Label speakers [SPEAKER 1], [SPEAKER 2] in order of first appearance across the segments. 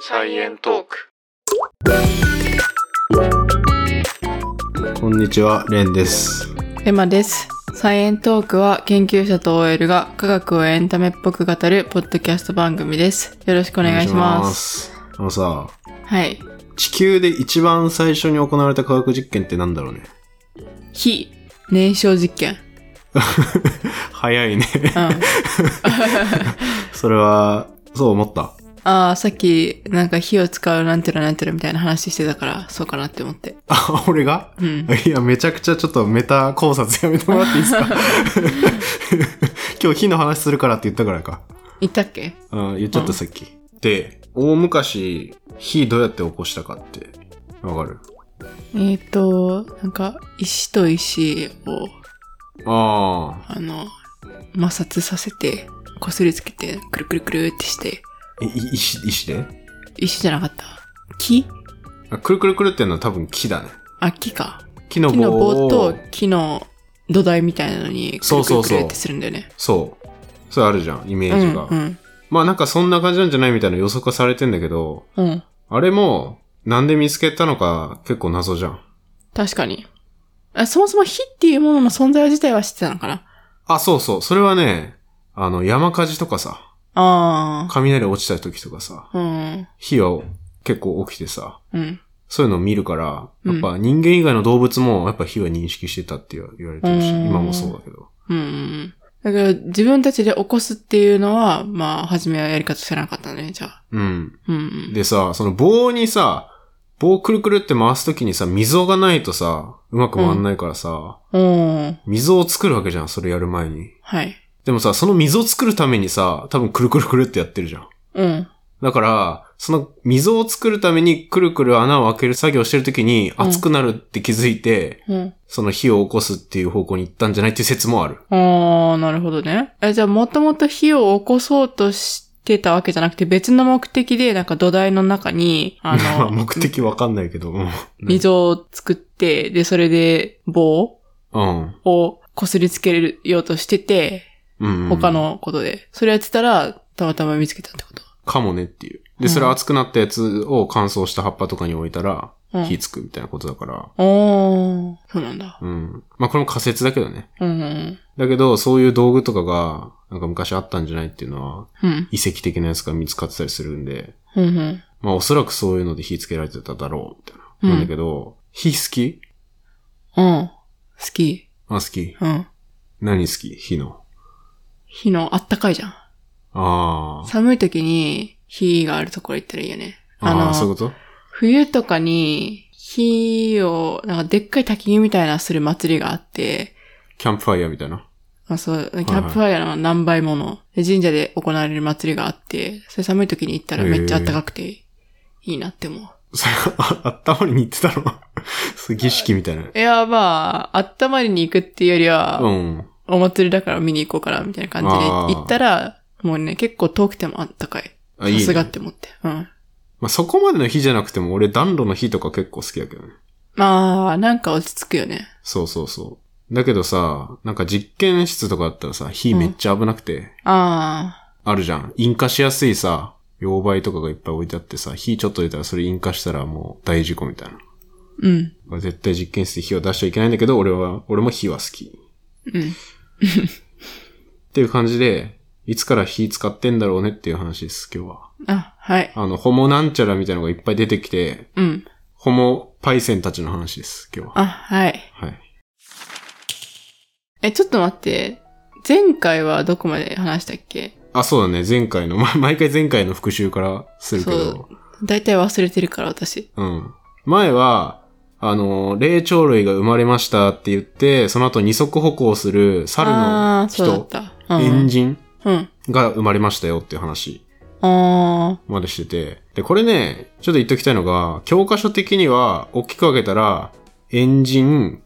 [SPEAKER 1] サイエントーク。
[SPEAKER 2] こんにちは、レンです。
[SPEAKER 3] エマです。サイエントークは研究者と OL が科学をエンタメっぽく語るポッドキャスト番組です。よろしくお願いします。
[SPEAKER 2] す。あのさ、
[SPEAKER 3] はい。
[SPEAKER 2] 地球で一番最初に行われた科学実験ってなんだろうね。
[SPEAKER 3] 非燃焼実験。
[SPEAKER 2] 早いね。
[SPEAKER 3] うん。
[SPEAKER 2] それは、そう思った。
[SPEAKER 3] ああ、さっきなんか火を使うなんてらなんてらみたいな話してたから、そうかなって思って。
[SPEAKER 2] あ、俺が
[SPEAKER 3] うん。
[SPEAKER 2] いや、めちゃくちゃちょっとメタ考察やめてもらっていい ですか今日火の話するからって言ったからか。
[SPEAKER 3] 言ったっけ
[SPEAKER 2] うん、言っちゃっ
[SPEAKER 3] う
[SPEAKER 2] た
[SPEAKER 3] ん
[SPEAKER 2] さっき。で、大昔、火どうやって起こしたかって、わかる
[SPEAKER 3] えっ、ー、と、なんか石と石を、
[SPEAKER 2] あ
[SPEAKER 3] あの、摩擦させて、擦りつけて、くるくるくるってして、
[SPEAKER 2] あ。い石、石で
[SPEAKER 3] 石じゃなかった木
[SPEAKER 2] あくるくるくるってのは多分木だね。
[SPEAKER 3] あ、木か。
[SPEAKER 2] 木の
[SPEAKER 3] 木
[SPEAKER 2] 棒
[SPEAKER 3] の棒
[SPEAKER 2] を
[SPEAKER 3] と木の土台みたいなのにく
[SPEAKER 2] そう
[SPEAKER 3] るく
[SPEAKER 2] そ
[SPEAKER 3] る
[SPEAKER 2] う
[SPEAKER 3] く
[SPEAKER 2] そう
[SPEAKER 3] るってするんだよね。
[SPEAKER 2] そう。それあるじゃん、イメ
[SPEAKER 3] う
[SPEAKER 2] ージ
[SPEAKER 3] ん
[SPEAKER 2] が。
[SPEAKER 3] うん
[SPEAKER 2] まあなんかそんな感じなんじゃないみたいな予測はされてんだけど、
[SPEAKER 3] うん。
[SPEAKER 2] あれも、なんで見つけたのか結構謎じゃん。
[SPEAKER 3] 確かに。あそもそも火っていうものの存在自体は知ってたのかな
[SPEAKER 2] あ、そうそう。それはね、あの、山火事とかさ、
[SPEAKER 3] あ
[SPEAKER 2] 雷落ちた時とかさ、
[SPEAKER 3] あ。うん。
[SPEAKER 2] 火は結構起きてさ、
[SPEAKER 3] うん。
[SPEAKER 2] そういうのを見るから、
[SPEAKER 3] うん
[SPEAKER 2] やっぱ人間以外の動物もやっぱ火は認識してたって言われてるし、
[SPEAKER 3] うん
[SPEAKER 2] 今もそうだけど。
[SPEAKER 3] うんうん。だから自分たちで起こすっていうのは、まあ、初めはやり方知らなかったね、じゃあ。
[SPEAKER 2] うん。
[SPEAKER 3] うんうん。
[SPEAKER 2] でさ、その棒にさ、棒をくるくるって回すときにさ、溝がないとさ、うまく回んないからさ、
[SPEAKER 3] うん。
[SPEAKER 2] 溝を作るわけじゃん、それやる前に。
[SPEAKER 3] はい。
[SPEAKER 2] でもさ、その溝を作るためにさ、多分くるくるくるってやってるじゃん。
[SPEAKER 3] うん。
[SPEAKER 2] だから、その溝を作るためにくるくる穴を開ける作業してる時に
[SPEAKER 3] うん
[SPEAKER 2] 熱くなるって気づいて、
[SPEAKER 3] うん。
[SPEAKER 2] その火を起こすっていう方向に行ったんじゃないっていう説もある。
[SPEAKER 3] ああ、なるほどね。え、じゃあ、もともと火を起こそうとしてたわけじゃなくて、別の目的で、なんか土台の中に、あ の、
[SPEAKER 2] 目的わかんないけど、うん。
[SPEAKER 3] 溝を作って、で、それで棒
[SPEAKER 2] うん。
[SPEAKER 3] を擦りつけるようとしてて、
[SPEAKER 2] うん。
[SPEAKER 3] 他。のことで。それやってたら、たまたま見つけたってこと。
[SPEAKER 2] かもねっていう。
[SPEAKER 3] う
[SPEAKER 2] で、
[SPEAKER 3] ん
[SPEAKER 2] それ熱くなったやつを乾燥した葉っぱとかに置いたら、
[SPEAKER 3] うん。
[SPEAKER 2] 火つくみたいなことだから。
[SPEAKER 3] おー、そうなんだ。
[SPEAKER 2] うん。まあ、これも仮説だけどね。
[SPEAKER 3] うんうん
[SPEAKER 2] だけど、そういう道具とかが、なんか昔あったんじゃないっていうのは、
[SPEAKER 3] うん。うん。
[SPEAKER 2] 遺跡的なやつが見つかってたりするんで、
[SPEAKER 3] うんうん。
[SPEAKER 2] まあおそらくそういうので火つけられてただろう、みたいな。
[SPEAKER 3] うん
[SPEAKER 2] なんだけど、火好き
[SPEAKER 3] うん。好き。
[SPEAKER 2] あ、好き。
[SPEAKER 3] うん。
[SPEAKER 2] 何好き火の。
[SPEAKER 3] 火のあったかいじゃん。
[SPEAKER 2] あー
[SPEAKER 3] 寒い時に火があるところ行ったらいいよね。あの、
[SPEAKER 2] あー、そういうこと
[SPEAKER 3] 冬とかに火を、なんかでっかい焚き火みたいなする祭りがあって、
[SPEAKER 2] キャンプファイヤーみたいな。
[SPEAKER 3] あそう、キャンプファイヤーの何倍もの、で神社で行われる祭りがあって、それ寒い時に行ったらめっちゃ暖かくていいなって思う。
[SPEAKER 2] それ、あ、あったまりに行ってたの そう儀式みたいな。
[SPEAKER 3] いや、まあ、温まりに行くっていうよりは、
[SPEAKER 2] うん。
[SPEAKER 3] お祭りだから見に行こうかな、みたいな感じで
[SPEAKER 2] あー
[SPEAKER 3] 行ったら、もうね、結構遠くてもあったかい。
[SPEAKER 2] あ、
[SPEAKER 3] さ
[SPEAKER 2] いい、
[SPEAKER 3] すがっ
[SPEAKER 2] ね。
[SPEAKER 3] て思って。うん。
[SPEAKER 2] まあ、そこまでの火じゃなくても、俺暖炉の火とか結構好きだけどね。
[SPEAKER 3] まあ、なんか落ち着くよね。
[SPEAKER 2] そうそうそう。だけどさ、なんか実験室とかあったらさ、火めっちゃ危なくて、
[SPEAKER 3] あ
[SPEAKER 2] あるじゃん。引火しやすいさ、溶媒とかがいっぱい置いてあってさ、火ちょっと出たらそれ引火したらもう大事故みたいな。
[SPEAKER 3] あ、うん、
[SPEAKER 2] まあ絶対実験室で火を出しちゃいけないんだけど、俺は、俺も火は好き。
[SPEAKER 3] うん。
[SPEAKER 2] っていう感じで、いつから火使ってんだろうねっていう話です、今日は。
[SPEAKER 3] あ、はい。
[SPEAKER 2] あの、ホモなんちゃらみたいなのがいっぱい出てきて、
[SPEAKER 3] うん。
[SPEAKER 2] ホモパイセンたちの話です、今日は。
[SPEAKER 3] あ、はい。
[SPEAKER 2] はい。
[SPEAKER 3] え、ちょっと待って。前回はどこまで話したっけ
[SPEAKER 2] あ、そうだね、前回の、 ま、毎回前回の復習からするけ
[SPEAKER 3] そ
[SPEAKER 2] ど、
[SPEAKER 3] 大体忘れてるから、私。
[SPEAKER 2] うん。前は、あの、霊長類が生まれましたって言って、その後二足歩行する猿
[SPEAKER 3] あ
[SPEAKER 2] の
[SPEAKER 3] ーそうだっ
[SPEAKER 2] 人、
[SPEAKER 3] た。
[SPEAKER 2] 猿人
[SPEAKER 3] うん。うん。
[SPEAKER 2] が生まれましたよっていう話
[SPEAKER 3] あ
[SPEAKER 2] までしてて。で、これね、ちょっと言っときたいのが、教科書的には大きく分けたら、猿人、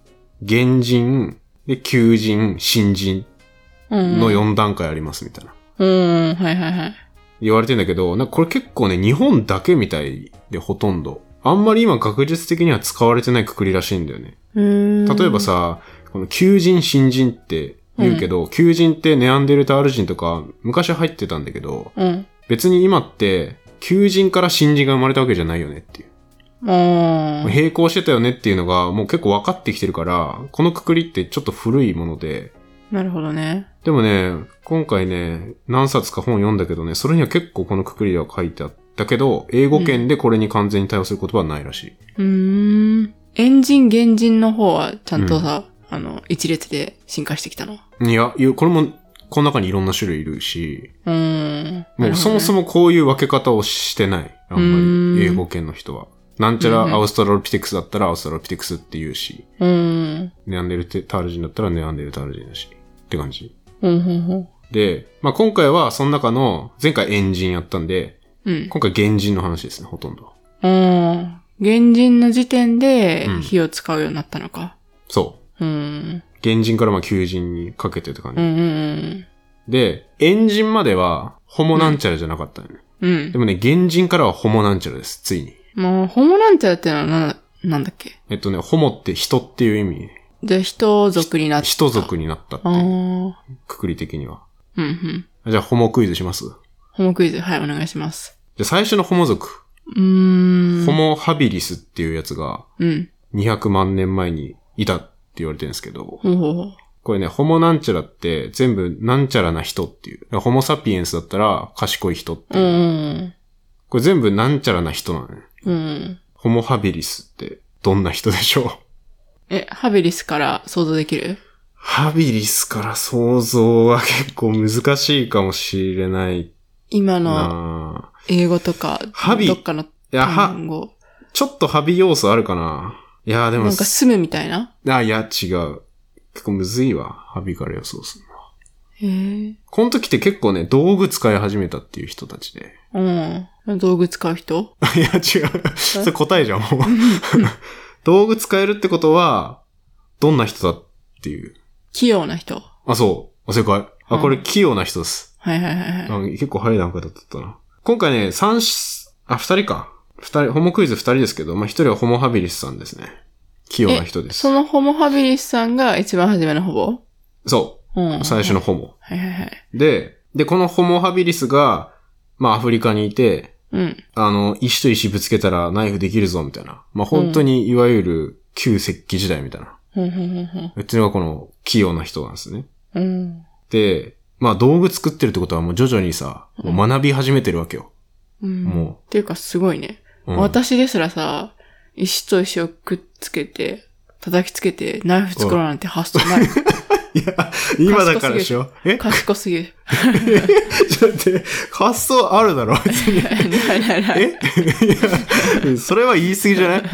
[SPEAKER 2] 原人、で、求人、新人
[SPEAKER 3] ー。うん。
[SPEAKER 2] の。4段階ありますみたいな。
[SPEAKER 3] うん、はいはいはい。
[SPEAKER 2] 言われてんだけど、なんかこれ結構ね、日本だけみたいでほとんど。あんまり今学術的には使われてないくくりらしいんだよね。
[SPEAKER 3] うーん
[SPEAKER 2] 例えば、さ、この求人、新人って言うけど、求人ってネアンデルタール人とか昔入ってたんだけど、
[SPEAKER 3] うん。
[SPEAKER 2] 別に今って求人から新人が生まれたわけじゃないよねっていう。
[SPEAKER 3] もう、
[SPEAKER 2] 並行してたよねっていうのがもう結構分かってきてるから、このくくりってちょっと古いもので、
[SPEAKER 3] なるほどね。
[SPEAKER 2] でもね、今回ね、何冊か本読んだけどね、それには結構このくくりでは書いてあったけど、英語圏でこれに完全に対応する言葉はないらしい。
[SPEAKER 3] うーん。エンジン、原人の方はちゃんとさ、あの、一列で進化してきたの。
[SPEAKER 2] いや、いやこれも、この中にいろんな種類いるし、
[SPEAKER 3] うーん。
[SPEAKER 2] もうそもそ
[SPEAKER 3] も。
[SPEAKER 2] もこういう分け方をしてない。あんまり、
[SPEAKER 3] うーん
[SPEAKER 2] 英語圏の人は。なんちゃ
[SPEAKER 3] うんうん
[SPEAKER 2] らアウストラロピテクスだったらアウストラロピテクスって言うし、
[SPEAKER 3] うーん。
[SPEAKER 2] ネアンデルタール人だったらネアンデルタール人だし、って感じ。
[SPEAKER 3] ほんほんほん。
[SPEAKER 2] で、まあ今回はその中の、前回エンジンやったんで、
[SPEAKER 3] うん。
[SPEAKER 2] 今回原人の話ですね、ほとんど。
[SPEAKER 3] うん。原人の時点で
[SPEAKER 2] うん
[SPEAKER 3] 火を使うようになったのか。
[SPEAKER 2] そう。
[SPEAKER 3] うん。
[SPEAKER 2] 原人からまあ求人にかけてって感
[SPEAKER 3] う
[SPEAKER 2] じ。
[SPEAKER 3] んうん
[SPEAKER 2] で、エンジンまでは、ホモなんちゃらじゃなかったのね。
[SPEAKER 3] うん。うん
[SPEAKER 2] で。もね、原人からはホモなんちゃらです、ついに。
[SPEAKER 3] もう、ホモランチャーってのはな、なんだっけ
[SPEAKER 2] えっとね、ホモって人っていう意味。
[SPEAKER 3] じゃあ、人族になった。
[SPEAKER 2] 人族になったって
[SPEAKER 3] ああ。う
[SPEAKER 2] いう、
[SPEAKER 3] ん
[SPEAKER 2] くくり的には。
[SPEAKER 3] うん。
[SPEAKER 2] じゃあ、ホモクイズしますじゃ
[SPEAKER 3] ホモクイズ、はい、お願いします。
[SPEAKER 2] あ、最初のホモ族。
[SPEAKER 3] うーん。
[SPEAKER 2] ホ。モハビリスっていうやつが、
[SPEAKER 3] うん。
[SPEAKER 2] 200万年前にいたって言われてるんですけど、
[SPEAKER 3] ほうほうほう。
[SPEAKER 2] これね、ホモなんちゃらって、全部なんちゃらな人っていう。だからホモサピエンスだったら、賢い人って
[SPEAKER 3] う
[SPEAKER 2] いう。
[SPEAKER 3] ん。
[SPEAKER 2] これ全部なんちゃらな人なのね。
[SPEAKER 3] うん。
[SPEAKER 2] ホモハビリスってどんな人でしょう
[SPEAKER 3] え、ハビリスから想像できる
[SPEAKER 2] ハビリスから想像は結構難しいかもしれない
[SPEAKER 3] 今の
[SPEAKER 2] なぁ
[SPEAKER 3] 英語とか、
[SPEAKER 2] ハビ
[SPEAKER 3] どっかの
[SPEAKER 2] いや、は、
[SPEAKER 3] 単語。
[SPEAKER 2] ちょっとハビ要素あるかないや、でも
[SPEAKER 3] なん、か住むみたいな
[SPEAKER 2] あ、いや、違う。結構むずいわ。ハビから予想するの。
[SPEAKER 3] へえ。
[SPEAKER 2] この時って結構ね、道具使い始めたっていう人たちで。
[SPEAKER 3] うん。道具使う人
[SPEAKER 2] いや、違う。それ答え じゃん、 もう。道具使えるってことは、どんな人だっていう。
[SPEAKER 3] 器用な人。
[SPEAKER 2] あ、そう。あ、正解。あ、これ器用な人です。
[SPEAKER 3] はいはいはいは
[SPEAKER 2] あ
[SPEAKER 3] い。
[SPEAKER 2] 結構早い段階だったな。今回ね、三し、あ、二人か。二人、ホモクイズ二人ですけど、まあ、一人はホモハビリスさんですね。器用な人です。
[SPEAKER 3] そのホモハビリスさんが一番初めのほぼ
[SPEAKER 2] そ
[SPEAKER 3] うん。
[SPEAKER 2] う。最初の。ホモ。
[SPEAKER 3] はいはいはい。
[SPEAKER 2] で、で、このホモハビリスが、まあ、アフリカにいて、
[SPEAKER 3] うん。
[SPEAKER 2] あの、石と石ぶつけたらナイフできるぞ、みたいな。まあ、本当に、いわゆる、旧石器時代みたいな。
[SPEAKER 3] ほんほんほんほん。
[SPEAKER 2] うちのがこの、器用な人なんですね。
[SPEAKER 3] うん。
[SPEAKER 2] で、まあ、道具作ってるってことはもう徐々にさ、もう学び始めてるわけよ。
[SPEAKER 3] うん。
[SPEAKER 2] も
[SPEAKER 3] っていうかすごいね。
[SPEAKER 2] うん
[SPEAKER 3] 私ですらさ、石と石をくっつけて、叩きつけて、ナイフ作ろうなんて発想ない。
[SPEAKER 2] いや、今だからでしょえ
[SPEAKER 3] 賢 すぎる。
[SPEAKER 2] ちょっと待って、発想あるだろ別に
[SPEAKER 3] ないないない。
[SPEAKER 2] えい やそれは言い過ぎじゃない
[SPEAKER 3] な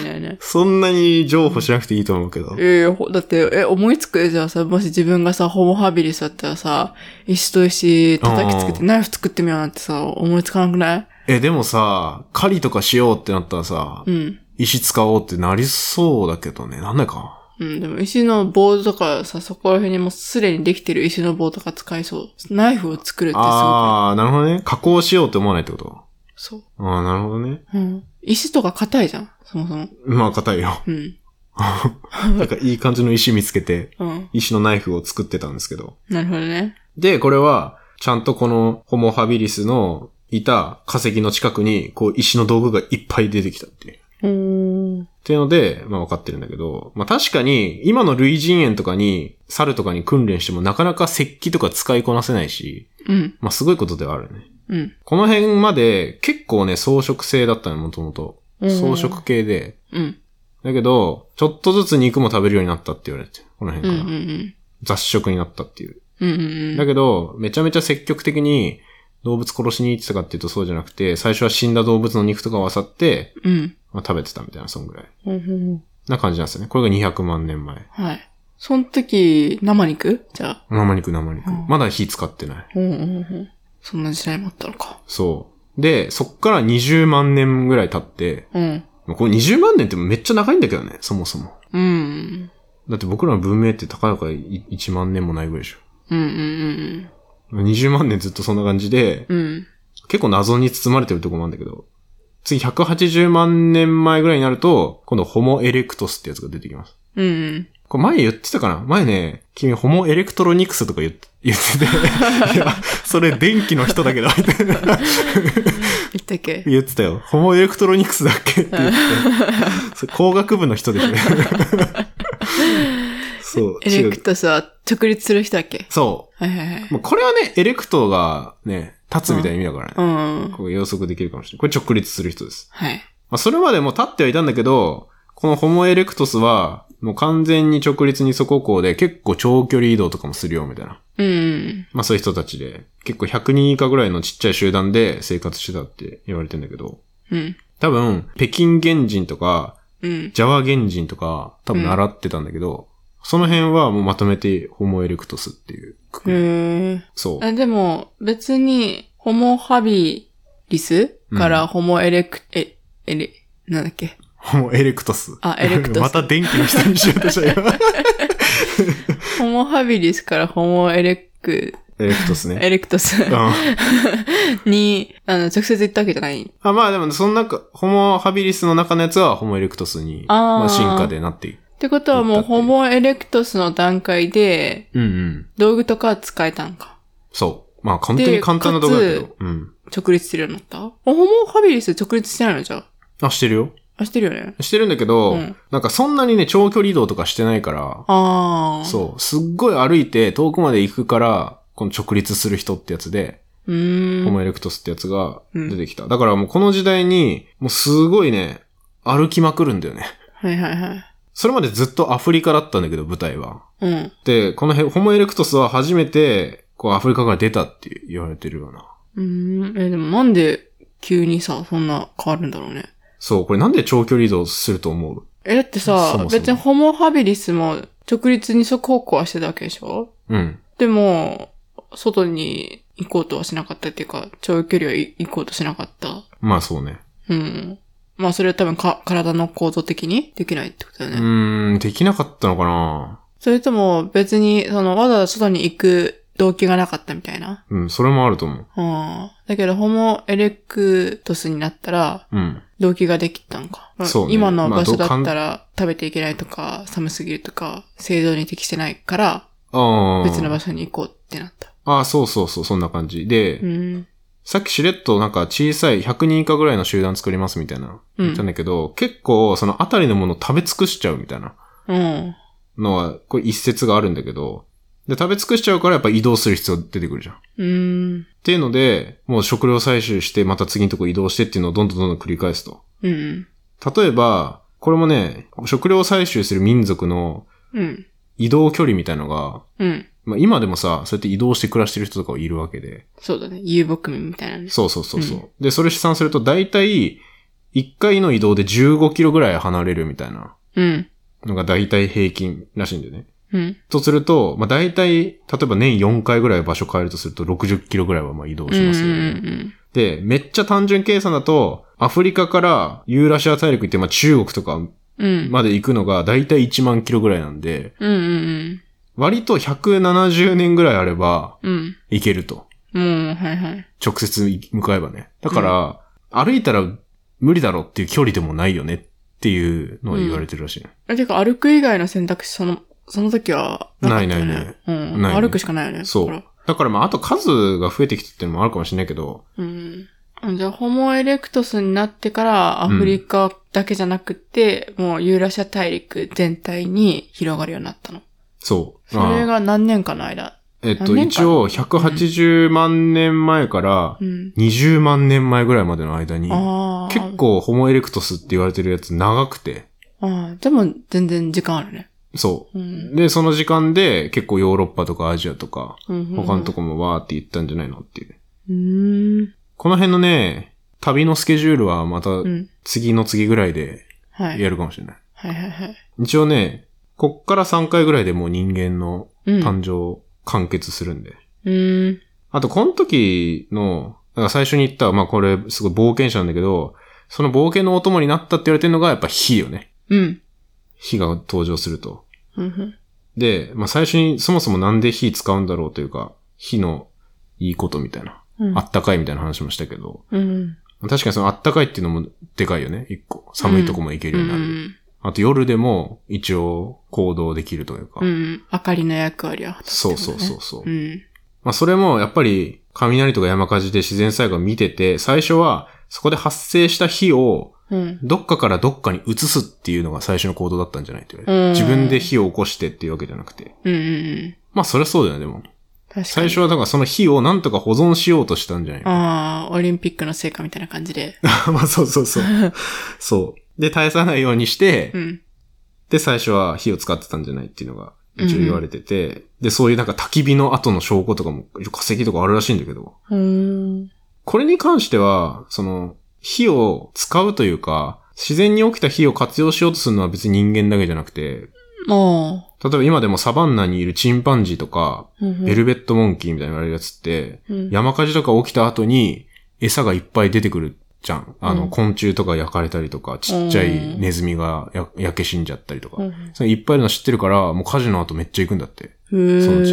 [SPEAKER 3] いないない。
[SPEAKER 2] そんなに譲歩しなくていいと思うけど。
[SPEAKER 3] ええほだって、え、思いつくよじゃあさ、もし自分がさ、ホモハビリスだったらさ、石と石叩きつけ
[SPEAKER 2] あ
[SPEAKER 3] て
[SPEAKER 2] ー
[SPEAKER 3] ナイフ作ってみようなんてさ、思いつかなくない
[SPEAKER 2] え、でもさ、狩りとかしようってなったらさ、
[SPEAKER 3] うん。
[SPEAKER 2] 石使おうってなりそうだけどね。なんだか。
[SPEAKER 3] うん、でも石の棒とかさ、そこら辺にもうすでにできてる石の棒とか使いそう。ナイフを作るってすごくない
[SPEAKER 2] あー、なるほどね。加工しようって思わないってこと
[SPEAKER 3] そう。
[SPEAKER 2] あー、なるほどね。
[SPEAKER 3] うん。石とか硬いじゃん、そもそも。
[SPEAKER 2] まあ、硬い よ。
[SPEAKER 3] うん。
[SPEAKER 2] なんかいい感じの石見つけて、
[SPEAKER 3] うん。
[SPEAKER 2] 石のナイフを作ってたんですけど。
[SPEAKER 3] なるほどね。
[SPEAKER 2] で、これは、ちゃんとこのホモハビリスのいた化石の近くに、こう石の道具がいっぱい出てきたっていう。っ
[SPEAKER 3] うーん。
[SPEAKER 2] ていうので、まあ分かってるんだけど、まあ確かに、今の類人猿とかに、猿とかに訓練してもなかなか石器とか使いこなせないし、
[SPEAKER 3] うん。
[SPEAKER 2] まあすごいことではあるね。
[SPEAKER 3] うん。
[SPEAKER 2] この辺まで結構ね、装飾性だったの、もともと。
[SPEAKER 3] うん
[SPEAKER 2] 装飾系で。
[SPEAKER 3] うん。
[SPEAKER 2] だけど、ちょっとずつ肉も食べるようになったって言われて、この
[SPEAKER 3] うん。う
[SPEAKER 2] 辺
[SPEAKER 3] ん
[SPEAKER 2] から。。雑食になったっていう。
[SPEAKER 3] うん。うん。
[SPEAKER 2] だけど、めちゃめちゃ積極的に動物殺しに行ってたかっていうとそうじゃなくて、最初は死んだ動物の肉とかを漁って、
[SPEAKER 3] うん。
[SPEAKER 2] まあ、食べてたみたいな、そんぐらい。
[SPEAKER 3] うんうん。
[SPEAKER 2] な感じなんですよね。これが200万年前。
[SPEAKER 3] はい。その時、生肉じゃあ。
[SPEAKER 2] 生肉、生肉。
[SPEAKER 3] うん
[SPEAKER 2] まだ火使ってない。
[SPEAKER 3] うんうんうん。そんな時代もあったのか。
[SPEAKER 2] そう。で、そっから20万年ぐらい経って、
[SPEAKER 3] うん。
[SPEAKER 2] まあこれ20万年ってめっちゃ長いんだけどね、そもそも。
[SPEAKER 3] うん。
[SPEAKER 2] だって僕らの文明って高いから1万年もないぐらいでしょ。
[SPEAKER 3] うんうん
[SPEAKER 2] 20万年ずっとそんな感じで、
[SPEAKER 3] うん。うん。
[SPEAKER 2] 結構謎に包まれてるとこもあるんだけど、次180万年前ぐらいになると、今度ホモエレクトスってやつが出てきます。
[SPEAKER 3] うん。
[SPEAKER 2] ここれ前言ってたかな前ね、君ホモエレクトロニクスとか言っ言ってて、 いや、それ電気の人だけど、 みたいな
[SPEAKER 3] 言ったっけ
[SPEAKER 2] 言ってたよ。ホモエレクトロニクスだっけって言ってた。それ工学部の人 ですね。そう、
[SPEAKER 3] エレクトスは直立する人だっけ
[SPEAKER 2] そ。。
[SPEAKER 3] はいはいはいう
[SPEAKER 2] まあこれはね、エレクトがね、立つみたいな意味だからね。
[SPEAKER 3] うん。
[SPEAKER 2] これ予測できるかもしれない。これ直立する人です。
[SPEAKER 3] はい。
[SPEAKER 2] まあ、それまでも立ってはいたんだけど、このホモエレクトスは、もう完全に直立に速攻で結構長距離移動とかもするよ、みたいな。
[SPEAKER 3] うん。
[SPEAKER 2] まあそういう人たちで、結構100人以下ぐらいのちっちゃい集団で生活してたって言われてんだけど、
[SPEAKER 3] うん。
[SPEAKER 2] 多分、北京原人とか、
[SPEAKER 3] うん。
[SPEAKER 2] ジャワ原人とか、多分習ってたんだけど、その辺はもうまとめてホモエレクトスっていうくくり。
[SPEAKER 3] へえ。
[SPEAKER 2] そう。
[SPEAKER 3] あでも、別に、ホモハビリスからホモエレク、え、エレ、なんだっけ。
[SPEAKER 2] ホモエレクトス。
[SPEAKER 3] あエレクトス
[SPEAKER 2] また電気の人にしようとしたよ。
[SPEAKER 3] ホモハビリスからホモエレク、
[SPEAKER 2] エレクトスね。
[SPEAKER 3] エレクトス
[SPEAKER 2] うん
[SPEAKER 3] に、あの、直接言ったわけじゃない。
[SPEAKER 2] あまあでも、その中、ホモハビリスの中のやつはホモエレクトスに、
[SPEAKER 3] あー
[SPEAKER 2] まあ進化でなっていく。
[SPEAKER 3] ってことはもう、ホモエレクトスの段階で、
[SPEAKER 2] うんうん。
[SPEAKER 3] 道具とかは使えたんか。
[SPEAKER 2] そう。まあ、本当に簡単な動画だけ
[SPEAKER 3] でか
[SPEAKER 2] ど。うん。
[SPEAKER 3] 直立するようになったあホモハビリス直立してないのじゃあ。
[SPEAKER 2] あ、してるよ。
[SPEAKER 3] あ、してるよね。
[SPEAKER 2] してるんだけど、
[SPEAKER 3] うん
[SPEAKER 2] なんかそんなにね、長距離移動とかしてないから、
[SPEAKER 3] ああ。
[SPEAKER 2] そう。すっごい歩いて遠くまで行くから、この直立する人ってやつで、
[SPEAKER 3] う。うーん。
[SPEAKER 2] ホモエレクトスってやつが出てきた。だからもうこの時代に、もうすごいね、歩きまくるんだよね。
[SPEAKER 3] はいはいはい。
[SPEAKER 2] それまでずっとアフリカだったんだけど、舞台は。
[SPEAKER 3] うん。
[SPEAKER 2] で、この辺、ホモエレクトスは初めて、こう、アフリカから出たって言われてるような。
[SPEAKER 3] うーん。え、でもなんで急にさ、そんな変わるんだろうね。
[SPEAKER 2] そう、これなんで長距離移動すると思う
[SPEAKER 3] え、だって
[SPEAKER 2] そ
[SPEAKER 3] さ、
[SPEAKER 2] もそも
[SPEAKER 3] 別にホモハビリスも直立二足歩行はしてたわけでしょ
[SPEAKER 2] うん。
[SPEAKER 3] でも、外に行こうとはしなかったっていうか、長距離はい行こうとしなかった。
[SPEAKER 2] まあそうね。
[SPEAKER 3] うん。まあそれは多分か、体の構造的にできないってことだよ
[SPEAKER 2] う
[SPEAKER 3] ね。
[SPEAKER 2] ーん、できなかったのかな
[SPEAKER 3] それとも別に、その、わざわざ外に行く動機がなかったみたいな。
[SPEAKER 2] うん、それもあると思う。
[SPEAKER 3] うん。だけど、ホモエレクトスになったら、
[SPEAKER 2] うん。
[SPEAKER 3] 動機ができたんか。
[SPEAKER 2] そうね
[SPEAKER 3] 今の場所
[SPEAKER 2] ま
[SPEAKER 3] だ
[SPEAKER 2] あど
[SPEAKER 3] ったら、食べていけないとか、寒すぎるとか、制度に適してないから、
[SPEAKER 2] ああ。
[SPEAKER 3] 別の場所に行こうってなった。
[SPEAKER 2] ああ、そうそうそう、そんな感じ。で、
[SPEAKER 3] うん。
[SPEAKER 2] さっきしれっとなんか小さい100人以下ぐらいの集団作りますみたいな。
[SPEAKER 3] うん
[SPEAKER 2] 言ったんだけど、結構そのあたりのものを食べ尽くしちゃうみたいな
[SPEAKER 3] うん。
[SPEAKER 2] のは、これ一説があるんだけど、で、食べ尽くしちゃうからやっぱ移動する必要出てくるじゃん。
[SPEAKER 3] うん。
[SPEAKER 2] っていうので、もう食料採集して、また次のとこ移動してっていうのをどんどんどんどん繰り返すと。
[SPEAKER 3] うん。
[SPEAKER 2] 例えば、これもね、食料採集する民族の
[SPEAKER 3] うん。
[SPEAKER 2] 移動距離みたいのが、
[SPEAKER 3] うん。
[SPEAKER 2] まあ今でもさ、そうやって移動して暮らしてる人とかいるわけで。
[SPEAKER 3] そうだね。遊牧民みたいなね。
[SPEAKER 2] そうそうそうそう。で、それ試算すると大体、1回の移動で15キロぐらい離れるみたいな
[SPEAKER 3] うん。
[SPEAKER 2] のが大体平均らしいんだよね。
[SPEAKER 3] うん。
[SPEAKER 2] とすると、まあ大体、例えば年4回ぐらい場所変えるとすると60キロぐらいはまあ移動
[SPEAKER 3] うん。う
[SPEAKER 2] しますよね。
[SPEAKER 3] ん。
[SPEAKER 2] で、めっちゃ単純計算だと、アフリカからユーラシア大陸行って、まあ中国とか
[SPEAKER 3] うん。
[SPEAKER 2] まで行くのがだいたい1万キロぐらいなんで、
[SPEAKER 3] うん。うん。
[SPEAKER 2] 割と170年ぐらいあれば
[SPEAKER 3] うん。
[SPEAKER 2] 行けると。
[SPEAKER 3] もう、はいはい。
[SPEAKER 2] 直接向かえばね。だから、歩いたら無理だろっていう距離でもないよねっていうのを言われてるらしいね。
[SPEAKER 3] あてか、歩く以外の選択肢、その、その時はかったよ、
[SPEAKER 2] ないないね
[SPEAKER 3] うん。
[SPEAKER 2] ないね
[SPEAKER 3] 歩くしかないよね。
[SPEAKER 2] そ
[SPEAKER 3] だか
[SPEAKER 2] う。だからまあ、あと数が増えてきたっていうのもあるかもしれないけど、
[SPEAKER 3] らうん。じゃあ、ホモエレクトスになってから、アフリカだけじゃなくて、もうユーラシア大陸全体に広がるようになったの。
[SPEAKER 2] そう。
[SPEAKER 3] それが何年かの間。
[SPEAKER 2] あえっ
[SPEAKER 3] 何
[SPEAKER 2] と、
[SPEAKER 3] 年間
[SPEAKER 2] 一応180万年前から
[SPEAKER 3] うん。
[SPEAKER 2] 20万年前ぐらいまでの間に、
[SPEAKER 3] ああ。
[SPEAKER 2] 結。構ホモエレクトスって言われてるやつ長くて、
[SPEAKER 3] ああ、でも全然時間あるね。
[SPEAKER 2] そうう。
[SPEAKER 3] ん。
[SPEAKER 2] で、その時間で結構ヨーロッパとかアジアとか、他
[SPEAKER 3] 他
[SPEAKER 2] のとこもわーって行ったんじゃないのっていう。
[SPEAKER 3] うーん。
[SPEAKER 2] この辺のね、旅のスケジュールはまた
[SPEAKER 3] うん。
[SPEAKER 2] 次の次ぐらいで
[SPEAKER 3] はい。
[SPEAKER 2] やるかもしれない。
[SPEAKER 3] はいはいはい。
[SPEAKER 2] 一応ね、こっから3回ぐらいでもう人間の
[SPEAKER 3] うん。
[SPEAKER 2] 誕生完結するんで。
[SPEAKER 3] うん。
[SPEAKER 2] あと、この時の、だから最初に言った、まあこれすごい冒険者なんだけど、その冒険のお供になったって言われてるのがやっぱ火よね。
[SPEAKER 3] うん。
[SPEAKER 2] 火が登場すると。
[SPEAKER 3] うん。
[SPEAKER 2] で、まあ最初にそもそもなんで火使うんだろうというか、火のいいことみたいな。
[SPEAKER 3] うん
[SPEAKER 2] あったかいみたいな話もしたけど、
[SPEAKER 3] うん。
[SPEAKER 2] 確かにそのあったかいっていうのもでかいよね、一個。寒いとこも行ける
[SPEAKER 3] う
[SPEAKER 2] ようになる。
[SPEAKER 3] ん。
[SPEAKER 2] あと夜でも一応行動できるというか。
[SPEAKER 3] うん。明かりの役割は果たす
[SPEAKER 2] そ
[SPEAKER 3] って
[SPEAKER 2] う
[SPEAKER 3] こと
[SPEAKER 2] そう
[SPEAKER 3] ね
[SPEAKER 2] そうそう。
[SPEAKER 3] うん。
[SPEAKER 2] まあそれもやっぱり雷とか山火事で自然災害を見てて、最初はそこで発生した火を
[SPEAKER 3] うん。
[SPEAKER 2] どっかからどっかに移すっていうのが最初の行動だったんじゃないって言わ
[SPEAKER 3] うん
[SPEAKER 2] れて。自分で火を起こしてっていうわけじゃなくて。
[SPEAKER 3] うんうんうん。
[SPEAKER 2] まあそりゃそうだよね、でも。
[SPEAKER 3] 確かに。
[SPEAKER 2] 最初はだからその火をなんとか保存しようとしたんじゃないの
[SPEAKER 3] ああ、オリンピックの成果みたいな感 じで。
[SPEAKER 2] まあそうそう そう。そう。で、絶やさないようにして、
[SPEAKER 3] うん。
[SPEAKER 2] で、最初は火を使ってたんじゃないっていうのが、一応言われてて、で、そういうなんか焚き火の後の証拠とかも、化石とかあるらしいんだけど、
[SPEAKER 3] うーん。
[SPEAKER 2] これに関しては、その、火を使うというか、自然に起きた火を活用しようとするのは別に人間だけじゃなくて、
[SPEAKER 3] も
[SPEAKER 2] 例えば今でもサバンナにいるチンパンジーとか、
[SPEAKER 3] う、うんうん
[SPEAKER 2] ベルベットモンキーみたいな言われるやつって、
[SPEAKER 3] うん
[SPEAKER 2] 山火事とか起きた後に餌がいっぱい出てくるじゃん。あ
[SPEAKER 3] う
[SPEAKER 2] の、
[SPEAKER 3] ん
[SPEAKER 2] 昆虫とか焼かれたりとか、ちっちゃいネズミがや焼け死んじゃったりとか
[SPEAKER 3] う。ん
[SPEAKER 2] それいっぱいいるの知ってるから、もう火事の後めっちゃ行くんだって。
[SPEAKER 3] うん、
[SPEAKER 2] その地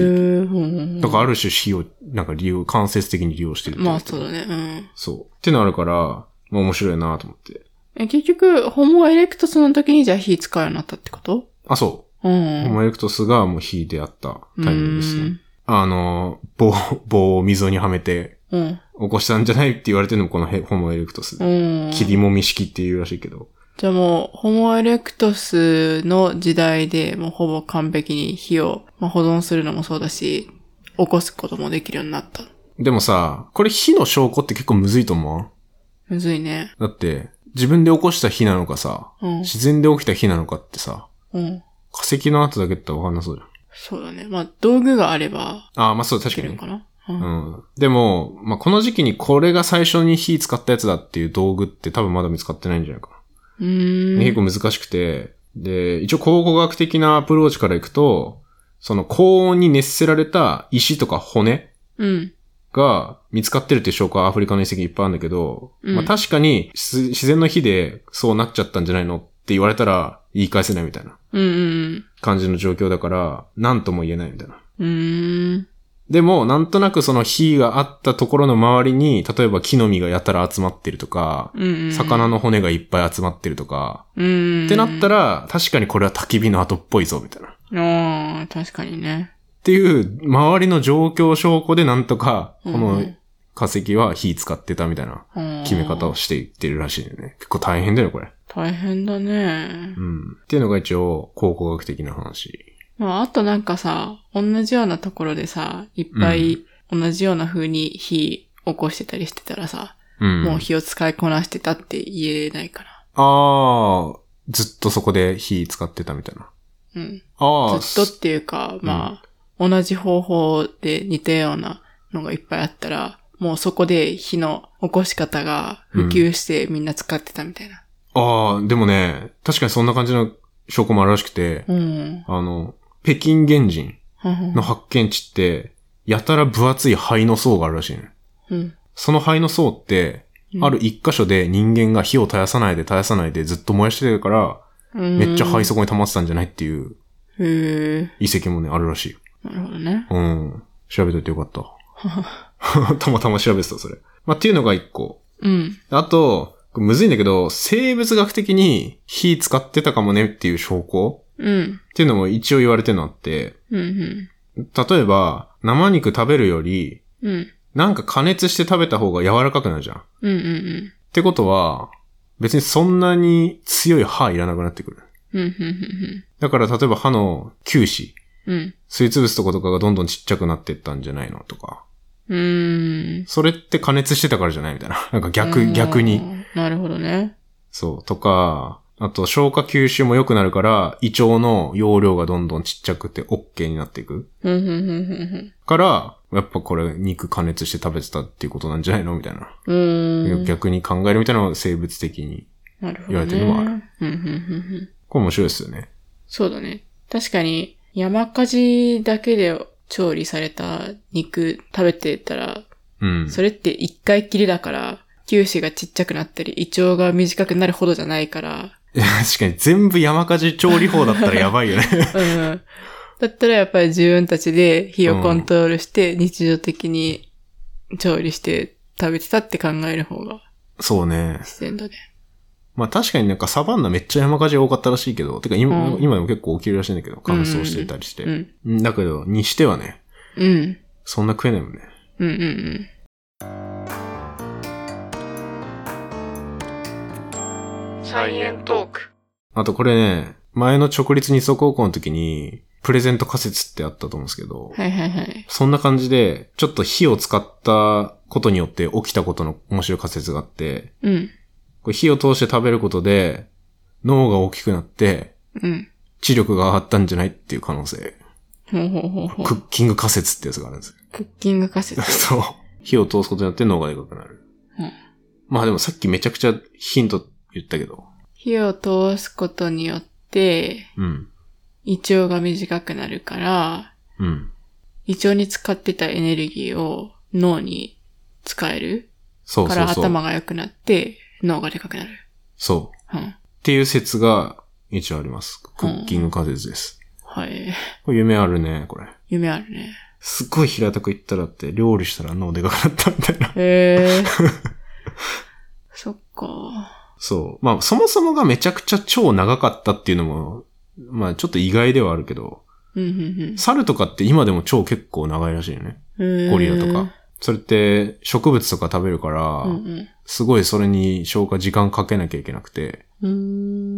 [SPEAKER 2] 域
[SPEAKER 3] 域
[SPEAKER 2] だからある種火を、なんか利用、間接的に利用してるってこと
[SPEAKER 3] まあそうだね。うん。
[SPEAKER 2] そう。ってのあるから、まあ面白いなと思って。
[SPEAKER 3] え、結局、ホモエレクトスの時にじゃあ火使うようになったってこと
[SPEAKER 2] あ、そうう。
[SPEAKER 3] ん。
[SPEAKER 2] ホモエレクトスがもう火であったタイミングです
[SPEAKER 3] う
[SPEAKER 2] ね。あの、棒、棒を溝にはめて、
[SPEAKER 3] ーん。
[SPEAKER 2] 起こしたんじゃないって言われてるのもこのヘホモエレクトス
[SPEAKER 3] う
[SPEAKER 2] で。
[SPEAKER 3] ん。うん。
[SPEAKER 2] 霧もみ式っていうらしいけど。
[SPEAKER 3] じゃあもう、ホモエレクトスの時代でもうほぼ完璧に火を、まあ、保存するのもそうだし、起こすこともできるようになった。
[SPEAKER 2] でもさ、これ火の証拠って結構むずいと思
[SPEAKER 3] むずいね。
[SPEAKER 2] うだって、自分で起こした火なのかさ、
[SPEAKER 3] うん。
[SPEAKER 2] 自然で起きた火なのかってさ、
[SPEAKER 3] うん。
[SPEAKER 2] 化石の後だけだったらわかんなそうじゃん。
[SPEAKER 3] そうだね。まあ、道具があれば、
[SPEAKER 2] ああ、まあそう、
[SPEAKER 3] で
[SPEAKER 2] 確
[SPEAKER 3] き
[SPEAKER 2] か
[SPEAKER 3] るの
[SPEAKER 2] に。
[SPEAKER 3] かな。う。
[SPEAKER 2] うんん。でも、まあこの時期にこれが最初に火使ったやつだっていう道具って多分まだ見つかってないんじゃないか
[SPEAKER 3] うー
[SPEAKER 2] な。
[SPEAKER 3] ん。
[SPEAKER 2] 結構難しくて、で、一応考古学的なアプローチからいくと、その高温に熱せられた石とか骨
[SPEAKER 3] うん。
[SPEAKER 2] が見つかってるっていう証拠はアフリカの遺跡いっぱいあるんだけど、
[SPEAKER 3] うん
[SPEAKER 2] まあ確かに自自然の火でそうなっちゃったんじゃないのって言われたら言い返せないみたいな
[SPEAKER 3] うんうん
[SPEAKER 2] 感じの状況だから、なんとも言えないみたいな。
[SPEAKER 3] うん。うーん。
[SPEAKER 2] でも、なんとなくその火があったところの周りに、例えば木の実がやたら集まってるとか、
[SPEAKER 3] うんうんうん。
[SPEAKER 2] 魚の骨がいっぱい集まってるとか、
[SPEAKER 3] うん。
[SPEAKER 2] ってなったら、確かにこれは焚き火の後っぽいぞ、みたいな。っ
[SPEAKER 3] ら。ああ、確かにね。
[SPEAKER 2] ていう、周りの状況証拠でなんとか、こ
[SPEAKER 3] う
[SPEAKER 2] の
[SPEAKER 3] ん
[SPEAKER 2] 化石は火使ってたみたいな決
[SPEAKER 3] 決
[SPEAKER 2] め方をしていってるらしいんだよね。結構大変だよ、これ。
[SPEAKER 3] 大変だね
[SPEAKER 2] う。ん。っていうのが一応、考古学的な話。
[SPEAKER 3] まあ、あとなんかさ、同じようなところでさ、いっぱい同じような風に火起こしてたりしてたらさ、
[SPEAKER 2] うん。
[SPEAKER 3] もう火を使いこなしてたって言えないから。
[SPEAKER 2] ああ、ずっとそこで火使ってたみたいな。
[SPEAKER 3] うん。
[SPEAKER 2] ああ、
[SPEAKER 3] ずっとっていうか、まあ、同じ方法で似たようなのがいっぱいあったら、もうそこで火の起こし方が普及してみんな使ってたみたいな。
[SPEAKER 2] ああ、でもね、確かにそんな感じの証拠もあるらしくて、
[SPEAKER 3] うん。
[SPEAKER 2] あの、北京原人
[SPEAKER 3] うん
[SPEAKER 2] の発見地って、やたら分厚い灰の層があるらしいね。
[SPEAKER 3] うん。
[SPEAKER 2] その灰の層って、
[SPEAKER 3] うん
[SPEAKER 2] ある一箇所で人間が火を絶やさないで絶やさないでずっと燃やしてるから、め
[SPEAKER 3] め
[SPEAKER 2] っちゃ灰
[SPEAKER 3] 送。
[SPEAKER 2] 底に溜まってたんじゃないっていう
[SPEAKER 3] へえ。
[SPEAKER 2] 遺跡もね、あるらしいよ。
[SPEAKER 3] なるほどね。
[SPEAKER 2] うん。調べといてよか った。たまたま調べてた、それ。まあ、っていうのが一個。
[SPEAKER 3] うん。
[SPEAKER 2] あと、これむずいんだけど、生物学的に火使ってたかもねっていう証拠
[SPEAKER 3] う
[SPEAKER 2] っ
[SPEAKER 3] ん。
[SPEAKER 2] ていうのも一応言われてるのあって、
[SPEAKER 3] うん。
[SPEAKER 2] 例えば、生肉食べるより、
[SPEAKER 3] うん。うん。
[SPEAKER 2] なんか加熱して食べた方が柔らかくなるじゃん。っ
[SPEAKER 3] うん。うん。
[SPEAKER 2] てことは、別にそんなに強い歯いらなくなってくる。
[SPEAKER 3] うん。うん。
[SPEAKER 2] だから例えば歯の臼歯、
[SPEAKER 3] うん。
[SPEAKER 2] 吸い潰すとことかがどんどんちっちゃくなってったんじゃないのとか。
[SPEAKER 3] うん。
[SPEAKER 2] それって加熱してたからじゃないみたいな。なんか逆、逆に。。
[SPEAKER 3] なるほどね。
[SPEAKER 2] そう。とか、あと消化吸収も良くなるから、胃腸の容量がどんどんちっちゃくて OK になっていく。
[SPEAKER 3] うん。うん。
[SPEAKER 2] から、やっぱこれ肉加熱して食べてたっていうことなんじゃないのみたいな。
[SPEAKER 3] うん。
[SPEAKER 2] 逆に考えるみたいなのが生物的に。
[SPEAKER 3] なるほどね。うん。うん。
[SPEAKER 2] これ面白いですよね。
[SPEAKER 3] そうだね。確かに、山火事だけで調理された肉食べてたら、
[SPEAKER 2] うん。
[SPEAKER 3] それって一回きりだから、球歯がちっちゃくなったり、胃腸が短くなるほどじゃないから、
[SPEAKER 2] いや 確かに全部山火事調理法だったらやばいよね。
[SPEAKER 3] うんだったらやっぱり自分たちで火をコントロールして日常的に調理して食べてたって考える方が
[SPEAKER 2] そうね。
[SPEAKER 3] 自然だね。
[SPEAKER 2] まあ確かになんかサバンナめっちゃ山火事多かったらしいけど、てか今,、
[SPEAKER 3] うん
[SPEAKER 2] 今でも結構起きるらしいんだけど、乾燥してたりして。
[SPEAKER 3] うん。
[SPEAKER 2] うんだけど、にしてはね、
[SPEAKER 3] うん。
[SPEAKER 2] そんな食えないもんね。
[SPEAKER 3] うんうんうん。サイエントーク。
[SPEAKER 2] あとこれね、前の直立二足高校の時に、プレゼント仮説ってあったと思うんですけど、
[SPEAKER 3] はいはいはい。
[SPEAKER 2] そんな感じで、ちょっと火を使ったことによって起きたことの面白い仮説があって、
[SPEAKER 3] うん。
[SPEAKER 2] これ火を通して食べることで、脳が大きくなって、
[SPEAKER 3] うん。
[SPEAKER 2] 知力が上がったんじゃないっていう可能性。
[SPEAKER 3] ほうほうほうほ
[SPEAKER 2] ク
[SPEAKER 3] う。
[SPEAKER 2] ッキング仮説ってやつがあるんですよ。
[SPEAKER 3] クッキング仮説。
[SPEAKER 2] そう。火を通すことによって脳がでかくなる。
[SPEAKER 3] うん
[SPEAKER 2] まあでもさっきめちゃくちゃヒント言ったけど。
[SPEAKER 3] 火を通すことによって、
[SPEAKER 2] うん。
[SPEAKER 3] 胃腸が短くなるから、
[SPEAKER 2] うん。
[SPEAKER 3] 胃腸に使ってたエネルギーを脳に使える
[SPEAKER 2] そう
[SPEAKER 3] か
[SPEAKER 2] そう
[SPEAKER 3] ら
[SPEAKER 2] そう。
[SPEAKER 3] 頭が良くなって脳がでかくなる。
[SPEAKER 2] そう。
[SPEAKER 3] うん。
[SPEAKER 2] っていう説が一応あります。クッキング仮説です。
[SPEAKER 3] はい。
[SPEAKER 2] これ夢あるね、これ。
[SPEAKER 3] 夢あるね。
[SPEAKER 2] すっごい平たく言ったらって、料理したら脳でかくなったみたいな。
[SPEAKER 3] へえ。そっか。
[SPEAKER 2] そう。まあ、そもそもがめちゃくちゃ超長かったっていうのも、まあ、ちょっと意外ではあるけど、
[SPEAKER 3] うんうん
[SPEAKER 2] 猿とかって今でも超結構長いらしいよね。
[SPEAKER 3] うん。へー
[SPEAKER 2] ゴリラとか。。それって植物とか食べるから
[SPEAKER 3] う、ん
[SPEAKER 2] すごいそれに消化時間かけなきゃいけなくて、
[SPEAKER 3] うん。うー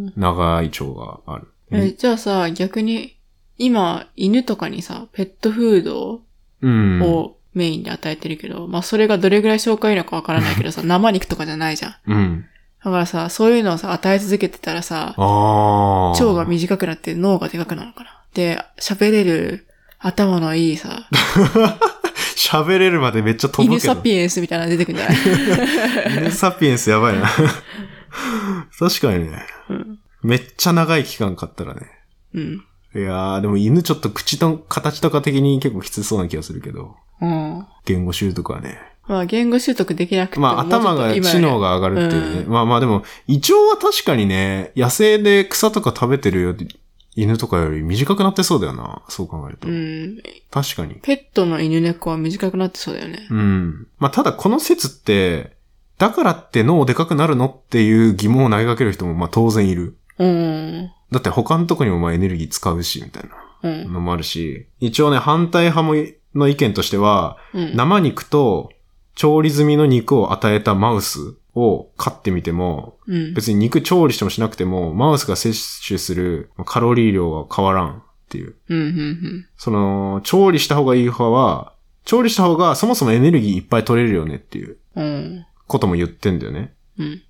[SPEAKER 3] ん。
[SPEAKER 2] 長い腸がある。
[SPEAKER 3] え、じゃあさ、逆に、今、犬とかにさ、ペットフード
[SPEAKER 2] うん。
[SPEAKER 3] をメインで与えてるけど、まあそれがどれぐらい消化いいのかわからない けどさ、生肉とかじゃないじゃん。
[SPEAKER 2] うん。
[SPEAKER 3] だからさ、そういうのをさ、与え続けてたらさ、
[SPEAKER 2] ああ。
[SPEAKER 3] 腸が短くなって脳がでかくなるのかな。で、喋れる頭のいいさ、
[SPEAKER 2] 喋れるまでめっちゃ飛ぶ
[SPEAKER 3] 犬
[SPEAKER 2] けど。
[SPEAKER 3] サピエンスみたいなの出てくるん じゃない
[SPEAKER 2] 犬サピエンスやばいな。 確かにね。
[SPEAKER 3] うん
[SPEAKER 2] めっちゃ長い期間買ったらね。
[SPEAKER 3] うん。
[SPEAKER 2] いやー、でも犬ちょっと口の形とか的に結構きつそうな気がするけど。
[SPEAKER 3] うん。
[SPEAKER 2] 言語習得はね。
[SPEAKER 3] まあ言語習得できなくても
[SPEAKER 2] まあ頭が、知能
[SPEAKER 3] が。
[SPEAKER 2] が上がるっていうね。
[SPEAKER 3] う
[SPEAKER 2] まあまあでも、胃腸は確かにね、野生で草とか食べてるよ犬とかより短くなってそうだよな。そう考えると。
[SPEAKER 3] うん。
[SPEAKER 2] 確かに。
[SPEAKER 3] ペットの犬猫は短くなってそうだよね。
[SPEAKER 2] うん。まあただこの説って、だからって脳でかくなるのっていう疑問を投げかける人もまあ当然いる。
[SPEAKER 3] うん。
[SPEAKER 2] だって他のとこにもまあエネルギー使うし、みたいな
[SPEAKER 3] うん。
[SPEAKER 2] のもあるし、一応ね、反対派もい、の意見としては、
[SPEAKER 3] うん。
[SPEAKER 2] 生肉と調理済みの肉を与えたマウスを飼ってみても、
[SPEAKER 3] うん。
[SPEAKER 2] 別に肉調理してもしなくても、マウスが摂取するカロリー量は変わらんっていう。
[SPEAKER 3] うん。うん。
[SPEAKER 2] その、調理した方がいい派は、調理した方がそもそもエネルギーいっぱい取れるよねっていう
[SPEAKER 3] うん。
[SPEAKER 2] ことも言ってんだよね。
[SPEAKER 3] うん。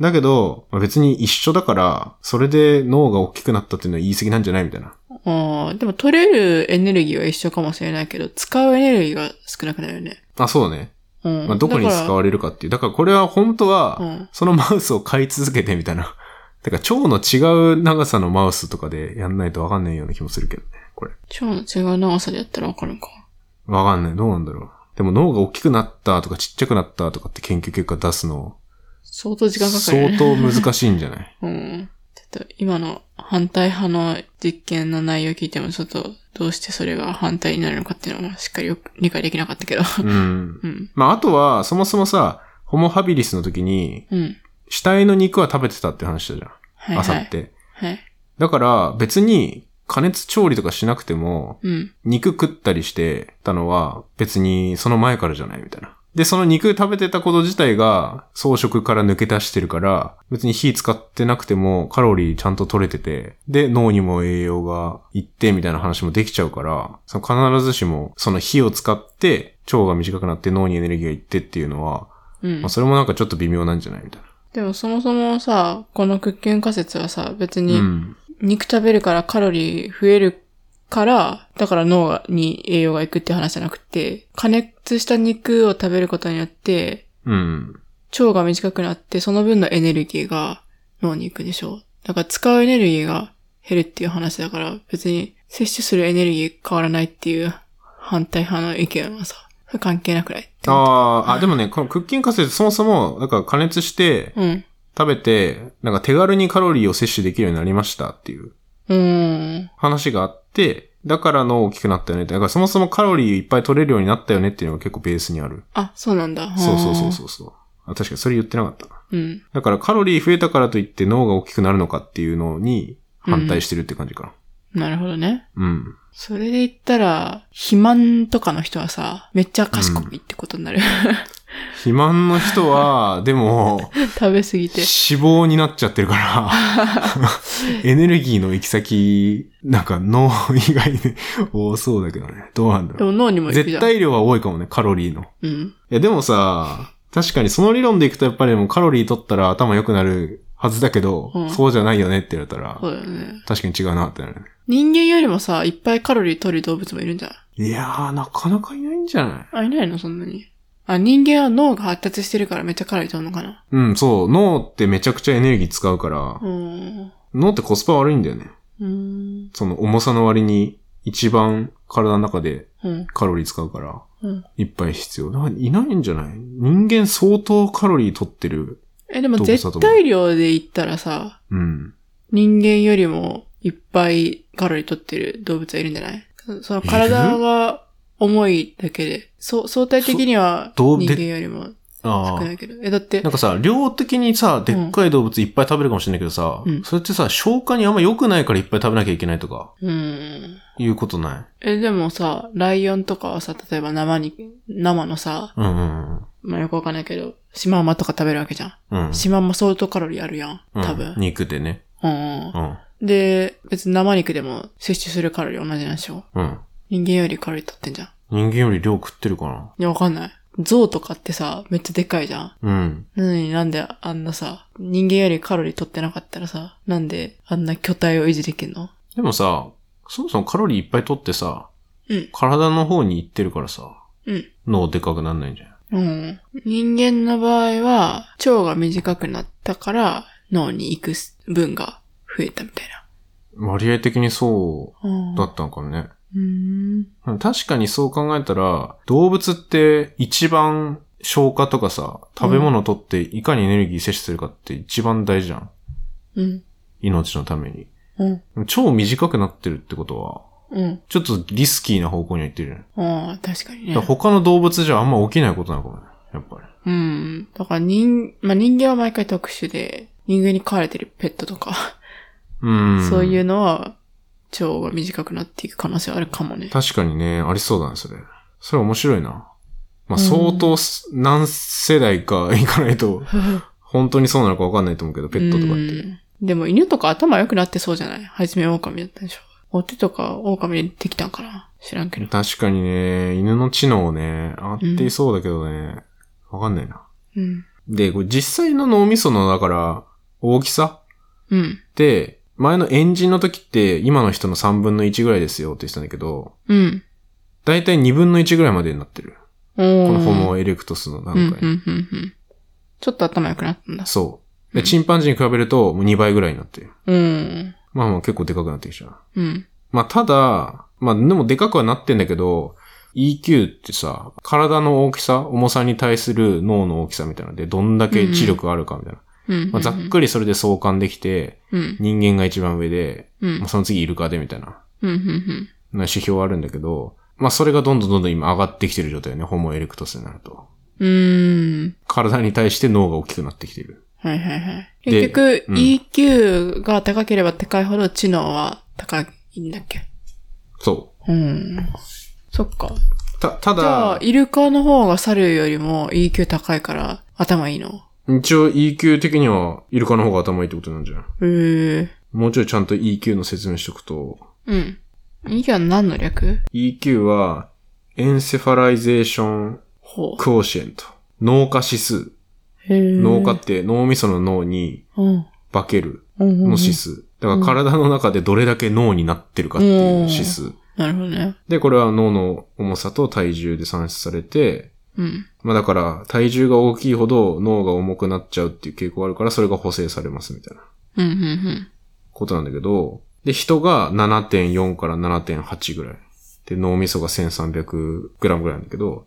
[SPEAKER 2] だけど、まあ別に一緒だから、それで脳が大きくなったっていうのは言い過ぎなんじゃないみたいな。
[SPEAKER 3] ああ、でも取れるエネルギーは一緒かもしれないけど、使うエネルギーが少なくなるよね。
[SPEAKER 2] あ、そうだね。
[SPEAKER 3] うん。
[SPEAKER 2] まあ、どこに使われるかっていう。だからこれは本当
[SPEAKER 3] だから
[SPEAKER 2] は、
[SPEAKER 3] うん。
[SPEAKER 2] そのマウスを飼い続けてみたいな。 てか、腸の違う長さのマウスとかでやんないとわかんないような気もするけどね。これ。
[SPEAKER 3] 腸の違う長さでやったらわかるのか。
[SPEAKER 2] わかんない。どうなんだろう。でも脳が大きくなったとかちっちゃくなったとかって研究結果出すの、
[SPEAKER 3] 相当時間かかるよね
[SPEAKER 2] 相。当難しいんじゃない
[SPEAKER 3] うん。ちょっと今の反対派の実験の内容聞いてもちょっとどうしてそれが反対になるのかっていうのはしっかりよく理解できなかったけど。
[SPEAKER 2] うん。
[SPEAKER 3] うん。
[SPEAKER 2] まあ、あとは、そもそもさ、ホモハビリスの時に、
[SPEAKER 3] うん。
[SPEAKER 2] 死体の肉は食べてたって話したじ
[SPEAKER 3] はい
[SPEAKER 2] ゃん。朝
[SPEAKER 3] は
[SPEAKER 2] っ
[SPEAKER 3] い。
[SPEAKER 2] て。
[SPEAKER 3] はい。
[SPEAKER 2] だから、別に加熱調理とかしなくても、
[SPEAKER 3] うん。
[SPEAKER 2] 肉食ったりしてたのは別にその前からじゃないみたいな。で、その肉食べてたこと自体が装飾から抜け出してるから、別に火使ってなくてもカロリーちゃんと取れてて、で、脳にも栄養がいってみたいな話もできちゃうから、その必ずしもその火を使って腸が短くなって脳にエネルギーがいってっていうのは、
[SPEAKER 3] うん
[SPEAKER 2] まあ、。それもなんかちょっと微妙なんじゃないみたいな。
[SPEAKER 3] でもそもそもさ、このクッキング仮説はさ、別に
[SPEAKER 2] うん。
[SPEAKER 3] 肉食べるからカロリー増えるから、だから脳がに栄養がいくって話じゃなくて、加熱した肉を食べることによって、
[SPEAKER 2] うん。
[SPEAKER 3] 腸が短くなって、その分のエネルギーが脳に行くでしょう。だから使うエネルギーが減るっていう話だから、別に摂取するエネルギー変わらないっていう反対派の意見はさ、それ関係なくないって思っ
[SPEAKER 2] あーあ、でもね、このクッキング仮説そもそも、だから加熱して、
[SPEAKER 3] たうん。
[SPEAKER 2] 食べて、なんか手軽にカロリーを摂取できるようになりましたっていう
[SPEAKER 3] うーん。
[SPEAKER 2] 話があって、だから脳大きくなったよねって。だからそもそもカロリーいっぱい取れるようになったよねっていうのが結構ベースにある。
[SPEAKER 3] あ、そうなんだ。
[SPEAKER 2] そうそうそう
[SPEAKER 3] う。
[SPEAKER 2] そうそう。あ確かにそれ言ってなかったな。
[SPEAKER 3] うん。
[SPEAKER 2] だからカロリー増えたからといって脳が大きくなるのかっていうのに反対してるって感じかな。
[SPEAKER 3] なるほどね。
[SPEAKER 2] うん。
[SPEAKER 3] それで言ったら、肥満とかの人はさ、めっちゃ賢いってことになる。
[SPEAKER 2] 肥満の人 は、でも、
[SPEAKER 3] 食べ過ぎて
[SPEAKER 2] 脂。肪になっちゃってる から、エネルギーの行き先、なんか脳以外で多そうだけどね。どうなんだ
[SPEAKER 3] で
[SPEAKER 2] ろ
[SPEAKER 3] も脳にも
[SPEAKER 2] う。
[SPEAKER 3] 行くじ
[SPEAKER 2] 絶
[SPEAKER 3] ゃん。
[SPEAKER 2] 対量は多いかもね、カロリーの。い
[SPEAKER 3] うん。
[SPEAKER 2] や、でも さ、確かにその理論でいくとやっぱりでもカロリー取ったら頭良くなるはずだけど、
[SPEAKER 3] うん
[SPEAKER 2] そうじゃないよねって言われたら
[SPEAKER 3] そ、うだよね。
[SPEAKER 2] 確かに違うなってなるね。
[SPEAKER 3] 人間よりもさ、いっぱいカロリー取る動物もいるんじゃない
[SPEAKER 2] いやー、なかなかいないんじゃない
[SPEAKER 3] あ、いないのそんなに。あ、人間は脳が発達してるからめっちゃカロリー取るのかな。
[SPEAKER 2] うん、そう。脳ってめちゃくちゃエネルギー使うから
[SPEAKER 3] う、ーん。
[SPEAKER 2] 脳ってコスパ悪いんだよね。
[SPEAKER 3] うーん。
[SPEAKER 2] その重さの割に一番体の中で
[SPEAKER 3] うん。
[SPEAKER 2] カロリー使うから、
[SPEAKER 3] うん。
[SPEAKER 2] いっぱい必要。なんかいないんじゃない人間相当カロリー取ってる。
[SPEAKER 3] え、でも
[SPEAKER 2] 動物だと思う
[SPEAKER 3] 絶対量で言ったらさ、
[SPEAKER 2] うん。
[SPEAKER 3] 人間よりもいっぱいカロリー取ってる動物はいるんじゃないそその体が重いだけで、そう、相対的には
[SPEAKER 2] そ
[SPEAKER 3] 人
[SPEAKER 2] う
[SPEAKER 3] 間よりも少
[SPEAKER 2] あ
[SPEAKER 3] ないけど。え、だって
[SPEAKER 2] なん、かさ、量的にさ、でっかい動物いっぱい食べるかもしれないけどさ、
[SPEAKER 3] うん
[SPEAKER 2] それってさ、消化にあんま良くないからいっぱい食べなきゃいけないとか、
[SPEAKER 3] うん。
[SPEAKER 2] いうことな
[SPEAKER 3] え、でもさ、ライオンとかはさ、例えば生に、生のさ、
[SPEAKER 2] いうんうん
[SPEAKER 3] まあ、よくわかんないけど、シマウマとか食べるわけじゃん。
[SPEAKER 2] うん。うん。
[SPEAKER 3] シマウマ相当カロリーあるやん。
[SPEAKER 2] うん
[SPEAKER 3] 多分。
[SPEAKER 2] 肉でね。
[SPEAKER 3] うん。
[SPEAKER 2] うん。
[SPEAKER 3] うん、で、別に生肉でも摂取するカロリー同じなんでしょ
[SPEAKER 2] うん。
[SPEAKER 3] 人間よりカロリー取ってんじゃん。い
[SPEAKER 2] 人間より量食ってるかな。
[SPEAKER 3] や、わかんない。象とかってさ、めっちゃでかいじゃん。
[SPEAKER 2] うん。
[SPEAKER 3] なのになんであんなさ、人間よりカロリー取ってなかったらさ、なんであんな巨体を維持できんの
[SPEAKER 2] でもさ、そもそもカロリーいっぱい取ってさ、
[SPEAKER 3] うん
[SPEAKER 2] 体の方に行ってるからさ、
[SPEAKER 3] うん
[SPEAKER 2] 脳でかくなんないんじゃん。
[SPEAKER 3] うん。人間の場合は、腸が短くなったから、脳に行く分が増えたみたいな。
[SPEAKER 2] 割合的にそう
[SPEAKER 3] うん。
[SPEAKER 2] だったのかもね。
[SPEAKER 3] うーん。
[SPEAKER 2] うん確かにそう考えたら、動物って一番消化とかさ、食べ物を取っていかにエネルギー摂取するかって一番大事じゃん。
[SPEAKER 3] うん。
[SPEAKER 2] 命のために。
[SPEAKER 3] うん。
[SPEAKER 2] 超短くなってるってことは、
[SPEAKER 3] うん。
[SPEAKER 2] ちょっとリスキーな方向にはいってるよね。
[SPEAKER 3] ああ、確かに
[SPEAKER 2] だ
[SPEAKER 3] ね
[SPEAKER 2] から。他の動物じゃあんま起きないことなのかもね。やっぱり。
[SPEAKER 3] うん。だから人、まあ、人間は毎回特殊で、人間に飼われてるペットとか、
[SPEAKER 2] うん。
[SPEAKER 3] そういう。のは、腸が短くなっていく可能性はあるか もね。
[SPEAKER 2] 確かにね、ありそうだね、それ。それ面白いな。まあ、
[SPEAKER 3] うん
[SPEAKER 2] 相当す、何世代か行かないと、本当にそうなのか分かんないと思うけど、ペットとかって。
[SPEAKER 3] うんでも犬とか頭良くなってそうじゃないはじめ狼だったでしょ。お手とか狼にできたんかな知らんけど。
[SPEAKER 2] 確かにね、犬の知能ね、あっていそうだけどね、わ、かんないな。
[SPEAKER 3] うん。
[SPEAKER 2] で、これ実際の脳みその、だから、大きさ
[SPEAKER 3] うん。
[SPEAKER 2] って、前のエンジンの時って、今の人の3分の1ぐらいですよって言ってたんだけど、
[SPEAKER 3] うん。
[SPEAKER 2] だいたい2分の1ぐらいまでになってる。
[SPEAKER 3] お
[SPEAKER 2] こ
[SPEAKER 3] ー
[SPEAKER 2] のホモエレクトスの段
[SPEAKER 3] うん、うん、
[SPEAKER 2] 階。
[SPEAKER 3] うん、うん。ちょっと頭良くなったんだ。
[SPEAKER 2] そう。で、チンパンジーに比べると、もう2倍ぐらいになってる。
[SPEAKER 3] うん。
[SPEAKER 2] まあまあ結構でかくなってきちゃう。
[SPEAKER 3] うん。
[SPEAKER 2] まあただ、まあでもでかくはなってんだけど、EQ ってさ、体の大きさ、重さに対する脳の大きさみたいなので、どんだけ知力あるかみたいな。
[SPEAKER 3] うん。
[SPEAKER 2] まあ、ざっくりそれで相関できて、
[SPEAKER 3] うん。
[SPEAKER 2] 人間が一番上で、
[SPEAKER 3] うん
[SPEAKER 2] まあ、。その次イルカでみたいな
[SPEAKER 3] うん。うん。
[SPEAKER 2] な指標あるんだけど、まあそれがどんどんどんどん今上がってきてる状態よね、ホモエレクトスになると。
[SPEAKER 3] うん。うん。
[SPEAKER 2] 体に対して脳が大きくなってきてる。
[SPEAKER 3] はいはいはい。
[SPEAKER 2] で
[SPEAKER 3] 結局、
[SPEAKER 2] うん
[SPEAKER 3] EQ が高ければ高いほど知能は高いんだっけ
[SPEAKER 2] そ
[SPEAKER 3] うん。そっか。
[SPEAKER 2] う。た、た
[SPEAKER 3] じゃあ
[SPEAKER 2] だ、、
[SPEAKER 3] イルカの方が猿よりも EQ 高いから頭いいの
[SPEAKER 2] 一応 EQ 的にはイルカの方が頭いいってことなんじゃん。
[SPEAKER 3] へえ。
[SPEAKER 2] もうちょいちゃんと EQ の説明しとくと、
[SPEAKER 3] うん。EQ は何の略
[SPEAKER 2] EQ は、エンセファライゼーション
[SPEAKER 3] ほ
[SPEAKER 2] クオシエント。脳化指数。
[SPEAKER 3] う。へえ。
[SPEAKER 2] 脳化って脳みその脳に
[SPEAKER 3] うん。
[SPEAKER 2] 化ける
[SPEAKER 3] うんうん。
[SPEAKER 2] の
[SPEAKER 3] うん
[SPEAKER 2] 指数。だから体の中でどれだけ脳になってるかっていう指数。
[SPEAKER 3] なるほどね。
[SPEAKER 2] で、これは脳の重さと体重で算出されて、
[SPEAKER 3] うん。
[SPEAKER 2] まあだから体重が大きいほど脳が重くなっちゃうっていう傾向があるからそれが補正されますみたいな
[SPEAKER 3] うん、うん、
[SPEAKER 2] ことなんだけど、で、人が7.4から7.8ぐらい。で、脳みそが 1300g ぐらいなんだけど、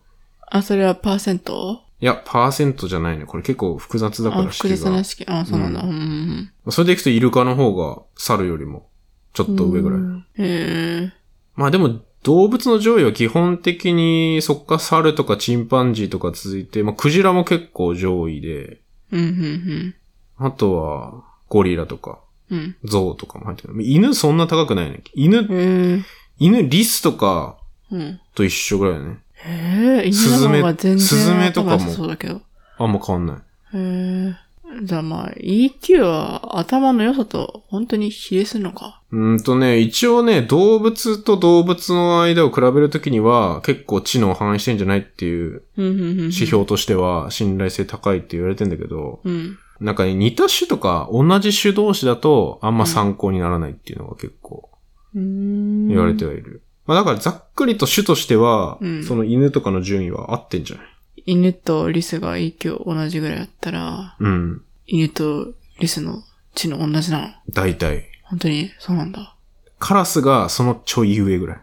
[SPEAKER 3] あ、それはパーセント
[SPEAKER 2] いや、パーセントじゃないね。これ結構複雑だか
[SPEAKER 3] あ、
[SPEAKER 2] ら
[SPEAKER 3] 複
[SPEAKER 2] 式
[SPEAKER 3] 雑な
[SPEAKER 2] が。
[SPEAKER 3] 式。あ、そうなんだ。
[SPEAKER 2] う
[SPEAKER 3] うん。うん
[SPEAKER 2] それでいくとイルカの方が猿よりもちょ
[SPEAKER 3] う
[SPEAKER 2] っ
[SPEAKER 3] ん
[SPEAKER 2] と上ぐらい。
[SPEAKER 3] へえ。
[SPEAKER 2] まあでも動物の上位は基本的にそっか猿とかチンパンジーとか続いて、まあクジラも結構上位で、
[SPEAKER 3] うん、うん、
[SPEAKER 2] あとは、ゴリラとか、
[SPEAKER 3] うん。
[SPEAKER 2] ゾウとかも入ってる。犬そんな高くないね。犬、
[SPEAKER 3] うん。
[SPEAKER 2] 犬、リスとか
[SPEAKER 3] うん。
[SPEAKER 2] と一緒ぐらいだね。
[SPEAKER 3] ええ、犬の方が全然
[SPEAKER 2] スズメとかも
[SPEAKER 3] 頭良さそうだけど。
[SPEAKER 2] あんま変わんない。
[SPEAKER 3] へえ。じゃあまあ、EQ は頭の良さと本当に比例するのか。
[SPEAKER 2] うーんとね、一応ね、動物と動物の間を比べるときには、結構知能を反映してんじゃないっていう
[SPEAKER 3] うん、うん、うん。指
[SPEAKER 2] 指。標としては、信頼性高いって言われてんだけど、
[SPEAKER 3] うん。
[SPEAKER 2] なんかね、似た種とか同じ種同士だと、あんま参考にならないっていうのが結構
[SPEAKER 3] うーん。
[SPEAKER 2] 言われてはいる。まあだからざっくりと種としては、
[SPEAKER 3] うん
[SPEAKER 2] その犬とかの順位は合ってんじゃない
[SPEAKER 3] 犬とリスが EQ 同じぐらいだったら、
[SPEAKER 2] うん。
[SPEAKER 3] 犬とリスの知能同じなの。
[SPEAKER 2] 大体。
[SPEAKER 3] 本当に、そうなんだ。
[SPEAKER 2] カラスがそのちょい上ぐらい。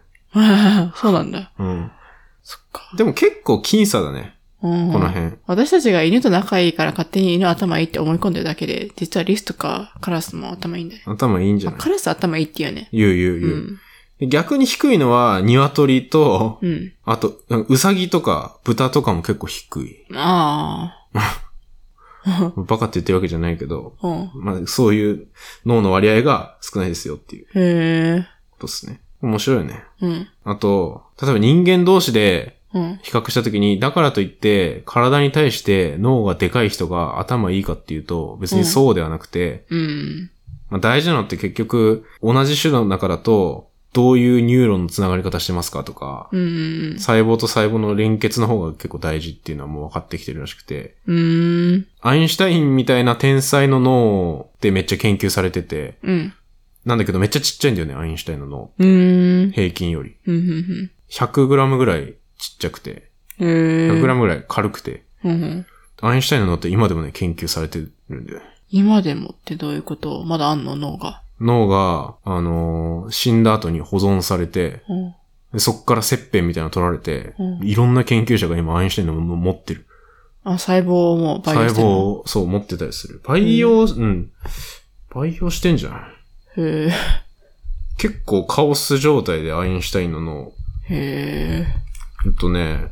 [SPEAKER 3] そうなんだ。
[SPEAKER 2] うん。
[SPEAKER 3] そっか。
[SPEAKER 2] でも結構僅差だね。
[SPEAKER 3] こ
[SPEAKER 2] この
[SPEAKER 3] の
[SPEAKER 2] 辺。
[SPEAKER 3] 私たちが犬と仲いいから勝手に犬頭いいって思い込んでるだけで、実はリスとかカラスも頭いいんだね。
[SPEAKER 2] 頭いいんじゃ
[SPEAKER 3] あ、
[SPEAKER 2] ない
[SPEAKER 3] カラス頭いいって言うよね。
[SPEAKER 2] 言う言う
[SPEAKER 3] う
[SPEAKER 2] 言う。
[SPEAKER 3] ん。
[SPEAKER 2] で逆に低いのは、鶏と、
[SPEAKER 3] うん。
[SPEAKER 2] あと、うんうさぎとか、豚とかも結構低い。
[SPEAKER 3] ああ。
[SPEAKER 2] バカって言ってるわけじゃないけど、
[SPEAKER 3] うん。
[SPEAKER 2] まあ、そういう脳の割合が少ないですよっていう
[SPEAKER 3] へえ。
[SPEAKER 2] ことですね。面白いよね。
[SPEAKER 3] うん。
[SPEAKER 2] あと、例えば人間同士で
[SPEAKER 3] うん。
[SPEAKER 2] 比較したときに、だからといって、体に対して脳がでかい人が頭いいかっていうと、別にそうではなくて、
[SPEAKER 3] うん。
[SPEAKER 2] まあ、大事なのって結局、同じ種の中だと、どういうニューロンのつながり方してますかとか、
[SPEAKER 3] うん。
[SPEAKER 2] 細胞と細胞の連結の方が結構大事っていうのはもう分かってきてるらしくて、
[SPEAKER 3] うん。
[SPEAKER 2] アインシュタインみたいな天才の脳ってめっちゃ研究されてて、
[SPEAKER 3] うん。
[SPEAKER 2] なんだけどめっちゃちっちゃいんだよね、アインシュタインの脳。
[SPEAKER 3] うん。
[SPEAKER 2] 平均より。
[SPEAKER 3] うん。
[SPEAKER 2] 100g ぐらいちっちゃくて、
[SPEAKER 3] へえ。
[SPEAKER 2] 100g ぐらい軽くて、
[SPEAKER 3] うん。
[SPEAKER 2] アインシュタインの脳って今でもね、研究されてるんだよね。
[SPEAKER 3] 今でもってどういうことまだあんの脳が。
[SPEAKER 2] 脳が、あのー死んだ後に保存されて、
[SPEAKER 3] うん。
[SPEAKER 2] でそっから切片みたいなの取られて、
[SPEAKER 3] うん
[SPEAKER 2] いろんな研究者が今アインシュタインの脳持ってる。
[SPEAKER 3] あ、細胞をもう培養
[SPEAKER 2] 細
[SPEAKER 3] して
[SPEAKER 2] 胞
[SPEAKER 3] んの
[SPEAKER 2] を、そう、持ってたりする。培養、うん。培養してんじゃない
[SPEAKER 3] へえ。
[SPEAKER 2] 結構カオス状態でアインシュタインの脳。
[SPEAKER 3] へ
[SPEAKER 2] えっとね、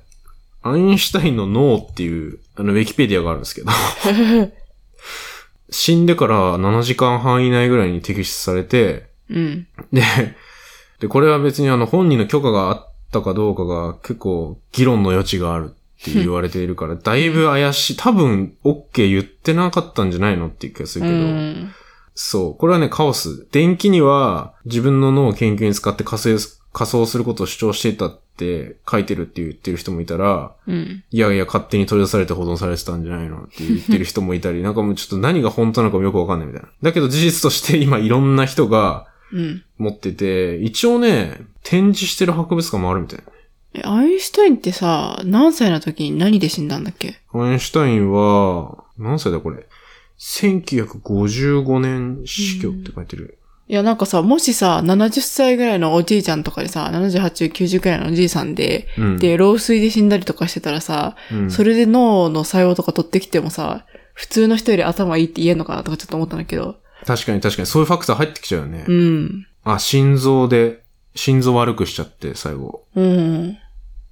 [SPEAKER 2] アインシュタインの脳っていう、あの、ウィキペディアがあるんですけど、
[SPEAKER 3] え。
[SPEAKER 2] 死んでから7時間半以内ぐらいに摘出されて、
[SPEAKER 3] うん。
[SPEAKER 2] で、で、これは別にあの、本人の許可があったかどうかが結構議論の余地があるって言われているから、だいぶ怪しい。多分、OK 言ってなかったんじゃないのっていう気がす
[SPEAKER 3] う
[SPEAKER 2] るけど、
[SPEAKER 3] ん。
[SPEAKER 2] そう。これはね、カオス。電気には自分の脳を研究に使って仮想仮想することを主張していたって書いてるって言ってる人もいたら、
[SPEAKER 3] うん。
[SPEAKER 2] いやいや、勝手に取り出されて保存されてたんじゃないのって言ってる人もいたり、 なんかもうちょっと何が本当なのかもよくわかんないみたいな。だけど事実として今いろんな人が
[SPEAKER 3] うん。
[SPEAKER 2] 持ってて、一応ね、展示してる博物館もあるみたい
[SPEAKER 3] え、アインシュタインってさ、何歳の時に何で死んだんだっけ
[SPEAKER 2] な。アインシュタインは、何歳だこれ。1955年死去って書いてる。
[SPEAKER 3] いや、なんかさ、もしさ、70歳ぐらいのおじいちゃんとかでさ、78、90ぐらいのおじいさんで、
[SPEAKER 2] うん。
[SPEAKER 3] で、老衰で死んだりとかしてたらさ、
[SPEAKER 2] うん、
[SPEAKER 3] それで脳の細胞とか取ってきてもさ、普通の人より頭いいって言えんのかなとかちょっと思ったんだけど。
[SPEAKER 2] 確かに確かに、そういうファクター入ってきちゃうよね。
[SPEAKER 3] うん。
[SPEAKER 2] あ、心臓で、心臓悪くしちゃって、最後。
[SPEAKER 3] うん。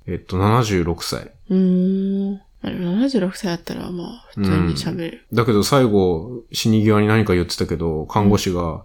[SPEAKER 2] えっと、76歳。
[SPEAKER 3] うーん。まあでも76歳だったら、まあ、普通に喋れる。
[SPEAKER 2] だけど最後、死に際に何か言ってたけど、看護師が、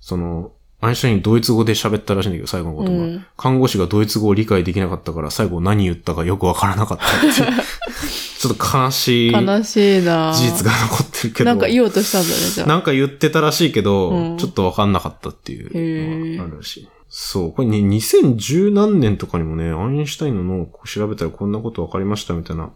[SPEAKER 2] その、アインシュタインドイツ語で喋ったらしいんだけど、最後の
[SPEAKER 3] う
[SPEAKER 2] 言葉。
[SPEAKER 3] ん。
[SPEAKER 2] 看護師がドイツ語を理解できなかったから、最後何言ったかよくわからなかった っていう。ちょっと悲しい事
[SPEAKER 3] 悲しいなぁ
[SPEAKER 2] 実が残ってるけど。
[SPEAKER 3] なんか言おうとしたんだね、じゃあ。
[SPEAKER 2] なんか言ってたらしいけど、
[SPEAKER 3] うん
[SPEAKER 2] ちょっとわかんなかったっていう
[SPEAKER 3] へ
[SPEAKER 2] の
[SPEAKER 3] ー
[SPEAKER 2] があるらしい。そう。これね、2010何年とかにもね、アインシュタインの脳を調べたらこんなことわかりましたみたいな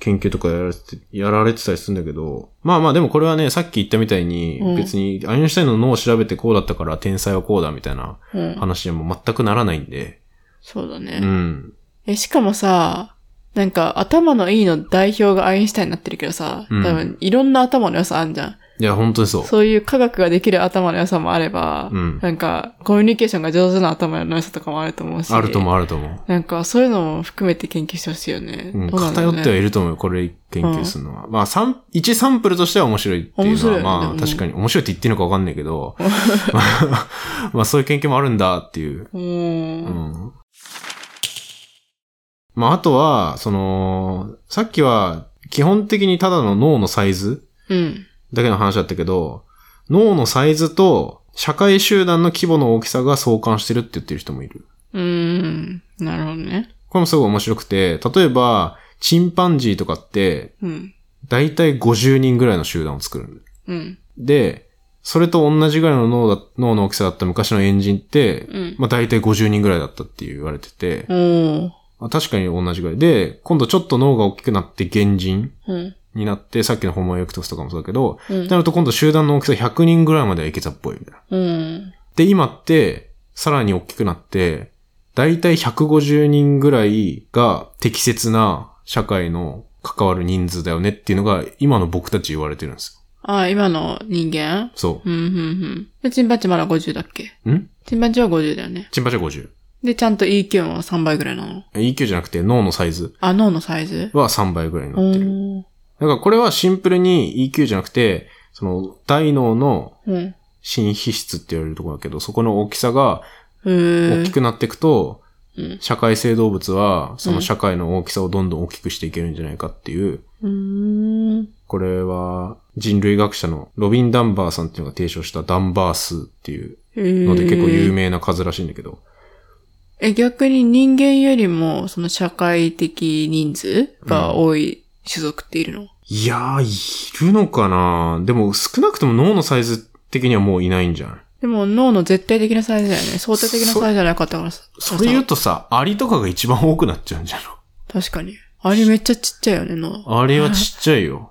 [SPEAKER 2] 研究とかやられて、やられてたりするんだけど、まあまあでもこれはね、さっき言ったみたいに、
[SPEAKER 3] うん
[SPEAKER 2] 別にアインシュタインの脳を調べてこうだったから天才はこうだみたいな
[SPEAKER 3] うん。
[SPEAKER 2] 話にはもう全くならないんで、
[SPEAKER 3] そうだね。
[SPEAKER 2] うん。
[SPEAKER 3] え、しかもさ、なんか頭のいいの代表がアインシュタインになってるけどさ、
[SPEAKER 2] うん
[SPEAKER 3] 多分いろんな頭の良さあんじゃん。
[SPEAKER 2] いや、本当にそう。
[SPEAKER 3] そういう科学ができる頭の良さもあれば、
[SPEAKER 2] うん。
[SPEAKER 3] なんかコミュニケーションが上手な頭の良さとかもあると思うし。
[SPEAKER 2] あるともあるとも。
[SPEAKER 3] なんかそういうのも含めて研究してほしいよね。
[SPEAKER 2] うん、
[SPEAKER 3] どうなんだ
[SPEAKER 2] 偏
[SPEAKER 3] ろう
[SPEAKER 2] っては
[SPEAKER 3] ね、
[SPEAKER 2] いると思うよ、これ研究するのは。まあ、三、一サンプルとしては面白いっていう
[SPEAKER 3] 面白い
[SPEAKER 2] の
[SPEAKER 3] よ
[SPEAKER 2] は、
[SPEAKER 3] ね
[SPEAKER 2] ま
[SPEAKER 3] う
[SPEAKER 2] あ、
[SPEAKER 3] ん
[SPEAKER 2] 確かに面白いって言ってるのかわかんないけど、まあ、 まあそういう研究もあるんだっていう。
[SPEAKER 3] う。
[SPEAKER 2] うんん。まあ、あとは、その、さっきは、基本的にただの脳のサイズ
[SPEAKER 3] うん。
[SPEAKER 2] だけの話だったけど、脳のサイズと社会集団の規模の大きさが相関してるって言ってる人もいる。
[SPEAKER 3] うーん。なるほどね。
[SPEAKER 2] これもすごい面白くて、例えば、チンパンジーとかって、
[SPEAKER 3] うん。
[SPEAKER 2] だいたい50人ぐらいの集団を作るんだよ
[SPEAKER 3] うん。
[SPEAKER 2] で、それと同じぐらいの脳だ脳の大きさだった昔のエンジンって、
[SPEAKER 3] うん。
[SPEAKER 2] まあ大体50人ぐらいだったって言われてて、
[SPEAKER 3] おー。
[SPEAKER 2] まあ確かに同じぐらい。で、今度ちょっと脳が大きくなって原人
[SPEAKER 3] うん。
[SPEAKER 2] になって、さっきのホモエクトスとかもそうだけど、
[SPEAKER 3] うん
[SPEAKER 2] なると今度集団の大きさ100人ぐらいまではいけたっぽいみたいな。
[SPEAKER 3] うん。
[SPEAKER 2] で、今って、さらに大きくなって、だいたい150人ぐらいが適切な社会の関わる人数だよねっていうのが今の僕たち言われてるんです
[SPEAKER 3] ああ、今の人間
[SPEAKER 2] よ。そ
[SPEAKER 3] うん、うん、うん。で、チンパンチまだ50だっけ
[SPEAKER 2] う。ん
[SPEAKER 3] チンパンチは50だよね。
[SPEAKER 2] チンパンジーは50。
[SPEAKER 3] で、ちゃんと EQ は3倍ぐらいなの。
[SPEAKER 2] EQ じゃなくて脳のサイズ
[SPEAKER 3] あ、脳のサイズ
[SPEAKER 2] は3倍ぐらいに
[SPEAKER 3] お
[SPEAKER 2] なってる。
[SPEAKER 3] ー。
[SPEAKER 2] だからこれはシンプルに EQ じゃなくて、その大脳の
[SPEAKER 3] うん。
[SPEAKER 2] 新皮質って言われるところだけど、そこの大きさが
[SPEAKER 3] うー
[SPEAKER 2] 大きくなっていくと、
[SPEAKER 3] うん
[SPEAKER 2] 社会性動物はその社会の大きさをどんどん大きくしていけるんじゃないかっていう、
[SPEAKER 3] うーん。
[SPEAKER 2] これは人類学者のロビン・ダンバーさんっていうのが提唱したダンバー数っていう
[SPEAKER 3] えー
[SPEAKER 2] ので結構有名な数らしいんだけど、
[SPEAKER 3] え、逆に人間よりも、その社会的人数が多い種族っているの、
[SPEAKER 2] いやー、いるのかなでも少なくとも脳のサイズ的にはもういないんじゃん。
[SPEAKER 3] でも脳の絶対的なサイズだよね。相対的なサイズじゃなかったからさ。
[SPEAKER 2] それ言う
[SPEAKER 3] さ
[SPEAKER 2] とさ、アリとかが一番多くなっちゃうんじゃん。
[SPEAKER 3] 確かに。あれめっちゃちっちゃいよね、脳。
[SPEAKER 2] アリはちっちゃいよ。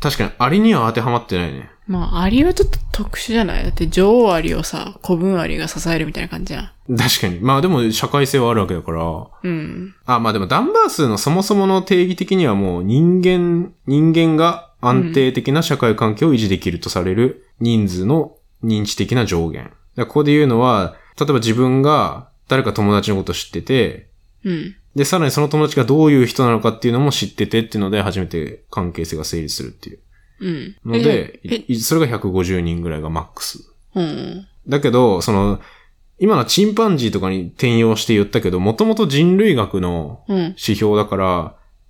[SPEAKER 2] 確かにアリには当てはまってないね。
[SPEAKER 3] まあ、アリはちょっと特殊じゃないだって女王アリをさ、子分アリが支えるみたいな感じじゃん。
[SPEAKER 2] 確かに。まあでも社会性はあるわけだから。
[SPEAKER 3] うん。
[SPEAKER 2] あ、まあでもダンバー数のそもそもの定義的にはもう人間、人間が安定的な社会環境を維持できるとされる人数の認知的な上限。だからここで言うのは、例えば自分が誰か友達のこと知ってて、
[SPEAKER 3] うん。
[SPEAKER 2] で、さらにその友達がどういう人なのかっていうのも知っててっていうので初めて関係性が成立するっていう。
[SPEAKER 3] うん。
[SPEAKER 2] ので、
[SPEAKER 3] え、え
[SPEAKER 2] いそれが150人ぐらいがマックス。
[SPEAKER 3] うん。
[SPEAKER 2] だけど、その、今のチンパンジーとかに転用して言ったけど、もともと人類学の
[SPEAKER 3] うん。
[SPEAKER 2] 指標だから、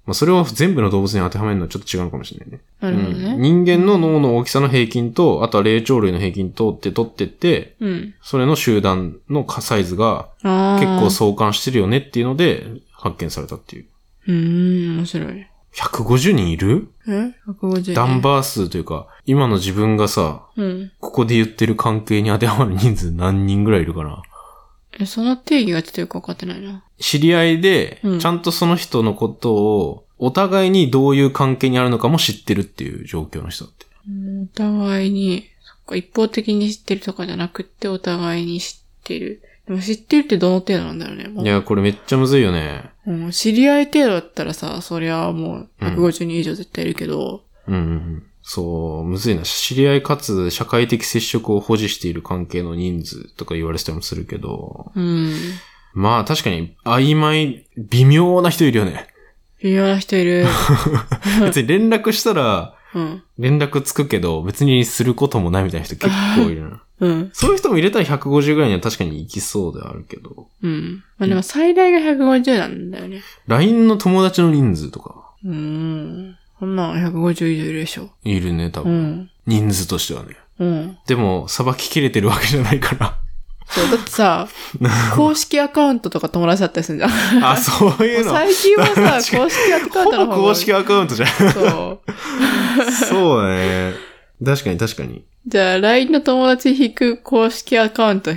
[SPEAKER 2] まあ、それを全部の動物に当てはめるのはちょっと違うのかもしれないね。
[SPEAKER 3] なるほど
[SPEAKER 2] うん
[SPEAKER 3] ね。
[SPEAKER 2] 人間の脳の大きさの平均と、あとは霊長類の平均とって取ってって、
[SPEAKER 3] うん。
[SPEAKER 2] それの集団のサイズが
[SPEAKER 3] ああ。
[SPEAKER 2] 結構相関してるよねっていうので発見されたっていう。
[SPEAKER 3] う。うーん、面白い。
[SPEAKER 2] 150人いる
[SPEAKER 3] え ?150 人。
[SPEAKER 2] ダンバー数というか、今の自分がさ、
[SPEAKER 3] うん。
[SPEAKER 2] ここで言ってる関係に当てはまる人数何人ぐらいいるかな
[SPEAKER 3] え、その定義がちょっとよくわかってないな。
[SPEAKER 2] 知り合いで
[SPEAKER 3] うん、
[SPEAKER 2] ちゃんとその人のことを、お互いにどういう関係にあるのかも知ってるっていう状況の人だって。
[SPEAKER 3] お互いに、そっか、一方的に知ってるとかじゃなくって、お互いに知ってる。でも知ってるってどの程度なんだろうね。もう
[SPEAKER 2] いや、これめっちゃむずいよね。
[SPEAKER 3] うん知り合い程度だったらさ、そりゃもう
[SPEAKER 2] うん
[SPEAKER 3] 150人以上絶対いるけど、
[SPEAKER 2] うんうんうん。そう、むずいな。知り合いかつ社会的接触を保持している関係の人数とか言われてたりもするけど、
[SPEAKER 3] うん。
[SPEAKER 2] まあ確かに曖昧、微妙な人いるよね。
[SPEAKER 3] 微妙な人 いる。
[SPEAKER 2] 別に連絡したら、
[SPEAKER 3] うん。
[SPEAKER 2] 連絡つくけど、別にすることもないみたいな人結構いるな。
[SPEAKER 3] うん。
[SPEAKER 2] そういう人も入れたら150ぐらいには確かに行きそうではあるけど。
[SPEAKER 3] うん。まあでも最大が150なんだよね。
[SPEAKER 2] LINE の友達の人数とか、
[SPEAKER 3] うん。そんなん150以上いるでしょ。
[SPEAKER 2] いるね、多
[SPEAKER 3] う
[SPEAKER 2] 分。
[SPEAKER 3] ん。
[SPEAKER 2] 人数としてはね。
[SPEAKER 3] うん。
[SPEAKER 2] でも、さばききれてるわけじゃない から。
[SPEAKER 3] そう、だっ てさ、公式アカウントとか友達だったりするじゃん。
[SPEAKER 2] あ、そういうの。
[SPEAKER 3] 最近は
[SPEAKER 2] 確か
[SPEAKER 3] さ、公式アカウン
[SPEAKER 2] ほ
[SPEAKER 3] トの
[SPEAKER 2] ぼ
[SPEAKER 3] 方が
[SPEAKER 2] 公式アカウントじゃ ん。
[SPEAKER 3] そう。
[SPEAKER 2] そうだね。確かに確かに。
[SPEAKER 3] じゃあ、LINE の友達引く公式アカウント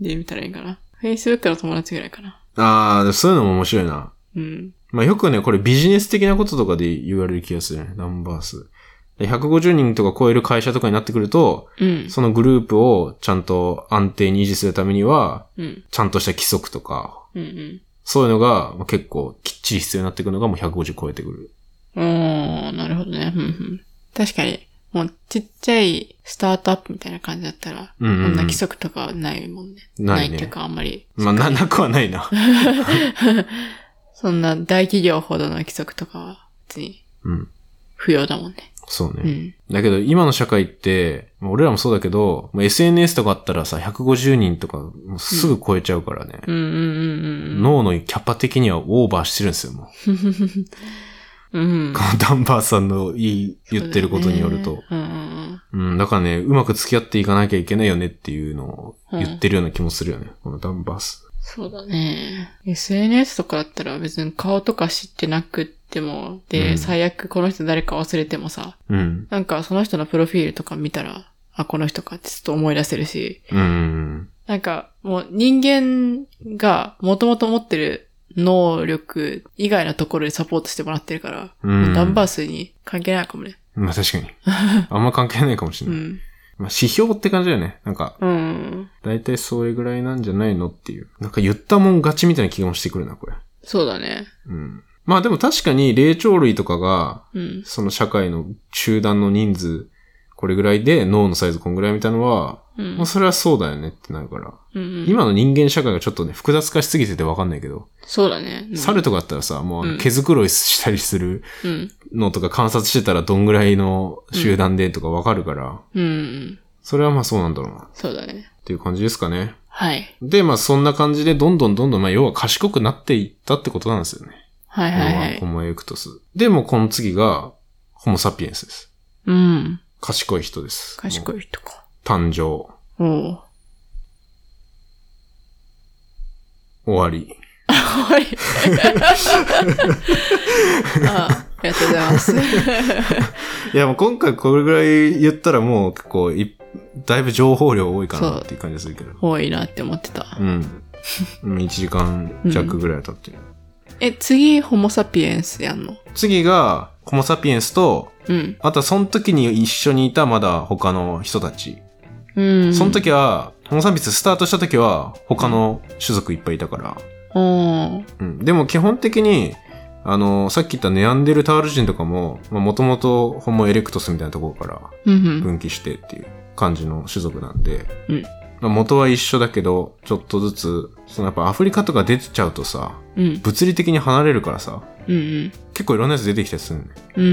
[SPEAKER 3] で見たらいいかな。Facebook の友達ぐらいかな。
[SPEAKER 2] あー、そういうのも面白いな。
[SPEAKER 3] うん。
[SPEAKER 2] まあ、よくね、これビジネス的なこととかで言われる気がするね。ナンバー数。で150人とか超える会社とかになってくると、
[SPEAKER 3] うん。
[SPEAKER 2] そのグループをちゃんと安定に維持するためには、
[SPEAKER 3] うん。
[SPEAKER 2] ちゃんとした規則とか、
[SPEAKER 3] うん。
[SPEAKER 2] そういうのがまあ結構きっちり必要になってくるのがもう150超えてくる。
[SPEAKER 3] うん。おー、なるほどね。うんうん。確かに、もうちっちゃいスタートアップみたいな感じだったら、
[SPEAKER 2] うんうんうん
[SPEAKER 3] こんな規則とかはないもんね。
[SPEAKER 2] ないね
[SPEAKER 3] っていうか、あんまり。
[SPEAKER 2] まあ、な、なくはない な。
[SPEAKER 3] そんな大企業ほどの規則とかは別に
[SPEAKER 2] うん。
[SPEAKER 3] 不要だもんね。
[SPEAKER 2] そうね。
[SPEAKER 3] うん。
[SPEAKER 2] だけど、今の社会って、まあ俺らもそうだけど、まあ SNS とかあったらさ、150人とか、もうすぐ超えちゃうからね。
[SPEAKER 3] うんうんうんうんうん。
[SPEAKER 2] 脳のキャパ的にはオーバーしてるんですよ、もう。
[SPEAKER 3] うん。
[SPEAKER 2] このダンバーさんの言い言ってることによると。
[SPEAKER 3] そうだよね。うんうんうん。
[SPEAKER 2] うん、だからね、うまく付き合っていかなきゃいけないよねっていうのを言ってるような気もするよね。このダンバース。
[SPEAKER 3] そうだね。SNS とかだったら別に顔とか知ってなくっても、で、
[SPEAKER 2] うん
[SPEAKER 3] 最悪この人誰か忘れてもさ、
[SPEAKER 2] うん。
[SPEAKER 3] なんかその人のプロフィールとか見たら、あ、この人かってちょっと思い出せるし、
[SPEAKER 2] うん。
[SPEAKER 3] なんかもう人間が元々持ってる能力以外のところでサポートしてもらってるから、
[SPEAKER 2] うん。
[SPEAKER 3] ダンバー
[SPEAKER 2] ス。
[SPEAKER 3] スに関係ないかもね。
[SPEAKER 2] まあ確 かに。あんま関係ないかもしれ
[SPEAKER 3] う
[SPEAKER 2] ない。
[SPEAKER 3] ん。
[SPEAKER 2] まあ指標って感じだよね。なんか、
[SPEAKER 3] うん。
[SPEAKER 2] だいたいそれぐらいなんじゃないのっていう。なんか言ったもん勝ちみたいな気がしてくるな、これ。
[SPEAKER 3] そうだね。
[SPEAKER 2] うん。まあでも確かに霊長類とかが、
[SPEAKER 3] うん。
[SPEAKER 2] その社会の集団の人数、これぐらいで脳のサイズこんぐらいみたいなのは、
[SPEAKER 3] うん
[SPEAKER 2] まあそれはそうだよねってなるから。
[SPEAKER 3] うん、
[SPEAKER 2] 今の人間社会がちょっとね、複雑化しすぎててわかんないけど、
[SPEAKER 3] そうだね。うん
[SPEAKER 2] 猿とかだったらさ、もうあ
[SPEAKER 3] うん
[SPEAKER 2] の毛づくろいしたりする
[SPEAKER 3] うん。
[SPEAKER 2] のとか観察してたらどんぐらいの集団でとかわかるから、
[SPEAKER 3] うんうん。
[SPEAKER 2] それはまあそうなんだろうなっ
[SPEAKER 3] そうだね。
[SPEAKER 2] ていう感じですかね。
[SPEAKER 3] はい。
[SPEAKER 2] で、まあそんな感じでどんどんどんどん、まあ要は賢くなっていったってことなんですよね。
[SPEAKER 3] はいはいはい
[SPEAKER 2] ホ。モエクトス。で、もうこの次が、ホモサピエンスです。
[SPEAKER 3] うん。
[SPEAKER 2] 賢い人です。もう
[SPEAKER 3] 賢い人か。
[SPEAKER 2] 誕生。
[SPEAKER 3] お お。
[SPEAKER 2] 終わり。
[SPEAKER 3] はい。ああ、ありがとうございます。
[SPEAKER 2] いや、もう今回これぐらい言ったらもう結構い、だいぶ情報量多いかなっていう感じがするけど。
[SPEAKER 3] 多いなって思ってた
[SPEAKER 2] う。ん。うん1時 間弱ぐらい経ってる。
[SPEAKER 3] え、次、ホモサピエンスやんの
[SPEAKER 2] 次が、ホモサピエンスと、
[SPEAKER 3] うん。
[SPEAKER 2] あとはその時に一緒にいたまだ他の人たち。
[SPEAKER 3] うん。
[SPEAKER 2] その。時は、ホモサピエンススタートした時は他の種族いっぱいいたから。
[SPEAKER 3] おー
[SPEAKER 2] うん。でも基本的に、あの、さっき言ったネアンデルタール人とかも、もともとホモエレクトスみたいなところから
[SPEAKER 3] うんうん。
[SPEAKER 2] 分岐してっていう感じの種族なんで、
[SPEAKER 3] うん
[SPEAKER 2] まあ元は一緒だけど、ちょっとずつ、そのやっぱアフリカとか出てちゃうとさ、
[SPEAKER 3] うん。
[SPEAKER 2] 物理的に離れるからさ、
[SPEAKER 3] うん
[SPEAKER 2] 結構いろんなやつ出てきたりするのね。
[SPEAKER 3] うん。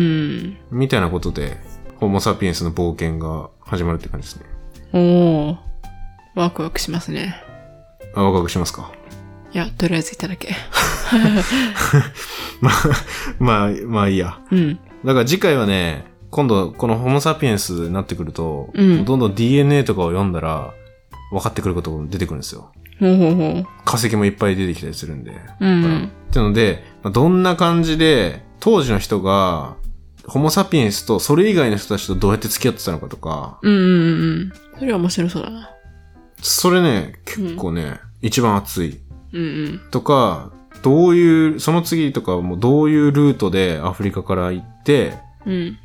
[SPEAKER 3] うん。
[SPEAKER 2] みたいなことで、ホモサピエンスの冒険が始まるって感じですね。
[SPEAKER 3] おお。ワクワクしますね。
[SPEAKER 2] あ、ワクワクしますか。
[SPEAKER 3] いや、とりあえずいただけ。
[SPEAKER 2] まあ、まあ、まあいいや。
[SPEAKER 3] うん。
[SPEAKER 2] だから次回はね、今度このホモサピエンスになってくると、
[SPEAKER 3] うん
[SPEAKER 2] どんどん DNA とかを読んだら、分かってくることも出てくるんですよ。
[SPEAKER 3] ほうほうほう。
[SPEAKER 2] 化石もいっぱい出てきたりするんで。
[SPEAKER 3] うん。
[SPEAKER 2] ってので、まあどんな感じで、当時の人が、ホモサピエンスとそれ以外の人たちとどうやって付き合ってたのかとか、
[SPEAKER 3] うんうんうん。それは面白そうだな。
[SPEAKER 2] それね、結構ね、一番熱い。
[SPEAKER 3] うんうん。
[SPEAKER 2] とか、どういう、その次とかもどういうルートでアフリカから行って、
[SPEAKER 3] うん。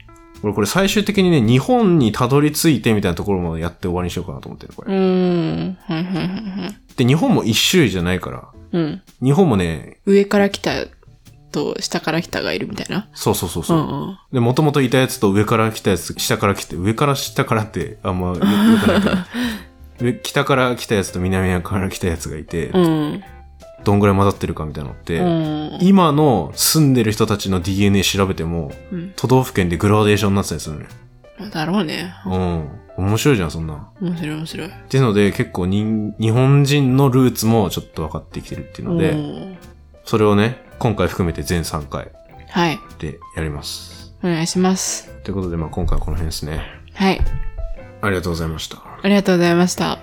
[SPEAKER 2] 俺これ最終的にね、日本にたどり着いてみたいなところもやって終わりにしようかなと思ってる、こ
[SPEAKER 3] う
[SPEAKER 2] れ。
[SPEAKER 3] ん。はいはいはいはい。
[SPEAKER 2] で、日本も一種類じゃないから、
[SPEAKER 3] うん。
[SPEAKER 2] 日本もね、
[SPEAKER 3] 上から来たと下から来たがいるみたいな。
[SPEAKER 2] そうそうそう
[SPEAKER 3] う
[SPEAKER 2] そう。
[SPEAKER 3] んうん。
[SPEAKER 2] で、もともといたやつと上から来たやつ、下から来て、上から下からって、あんまよよくない けど上、北から来たやつと南から来たやつがいて、
[SPEAKER 3] うん。
[SPEAKER 2] どんぐらい混ざってるかみたいなのって、
[SPEAKER 3] うん。
[SPEAKER 2] 今の住んでる人たちの DNA 調べても、
[SPEAKER 3] うん
[SPEAKER 2] 都道府県でグラデーションになってたりするのよ。
[SPEAKER 3] だろうね。
[SPEAKER 2] うん。面白いじゃん、そんな。
[SPEAKER 3] 面白い面白い。
[SPEAKER 2] っていうので、結構人日本人のルーツもちょっと分かってきてるっていうので、
[SPEAKER 3] うん
[SPEAKER 2] それをね、今回含めて全3回
[SPEAKER 3] はい。
[SPEAKER 2] でやります。
[SPEAKER 3] お願いします。
[SPEAKER 2] ということで、まあ今回はこの辺ですね。
[SPEAKER 3] はい。
[SPEAKER 2] ありがとうございました。
[SPEAKER 3] ありがとうございました。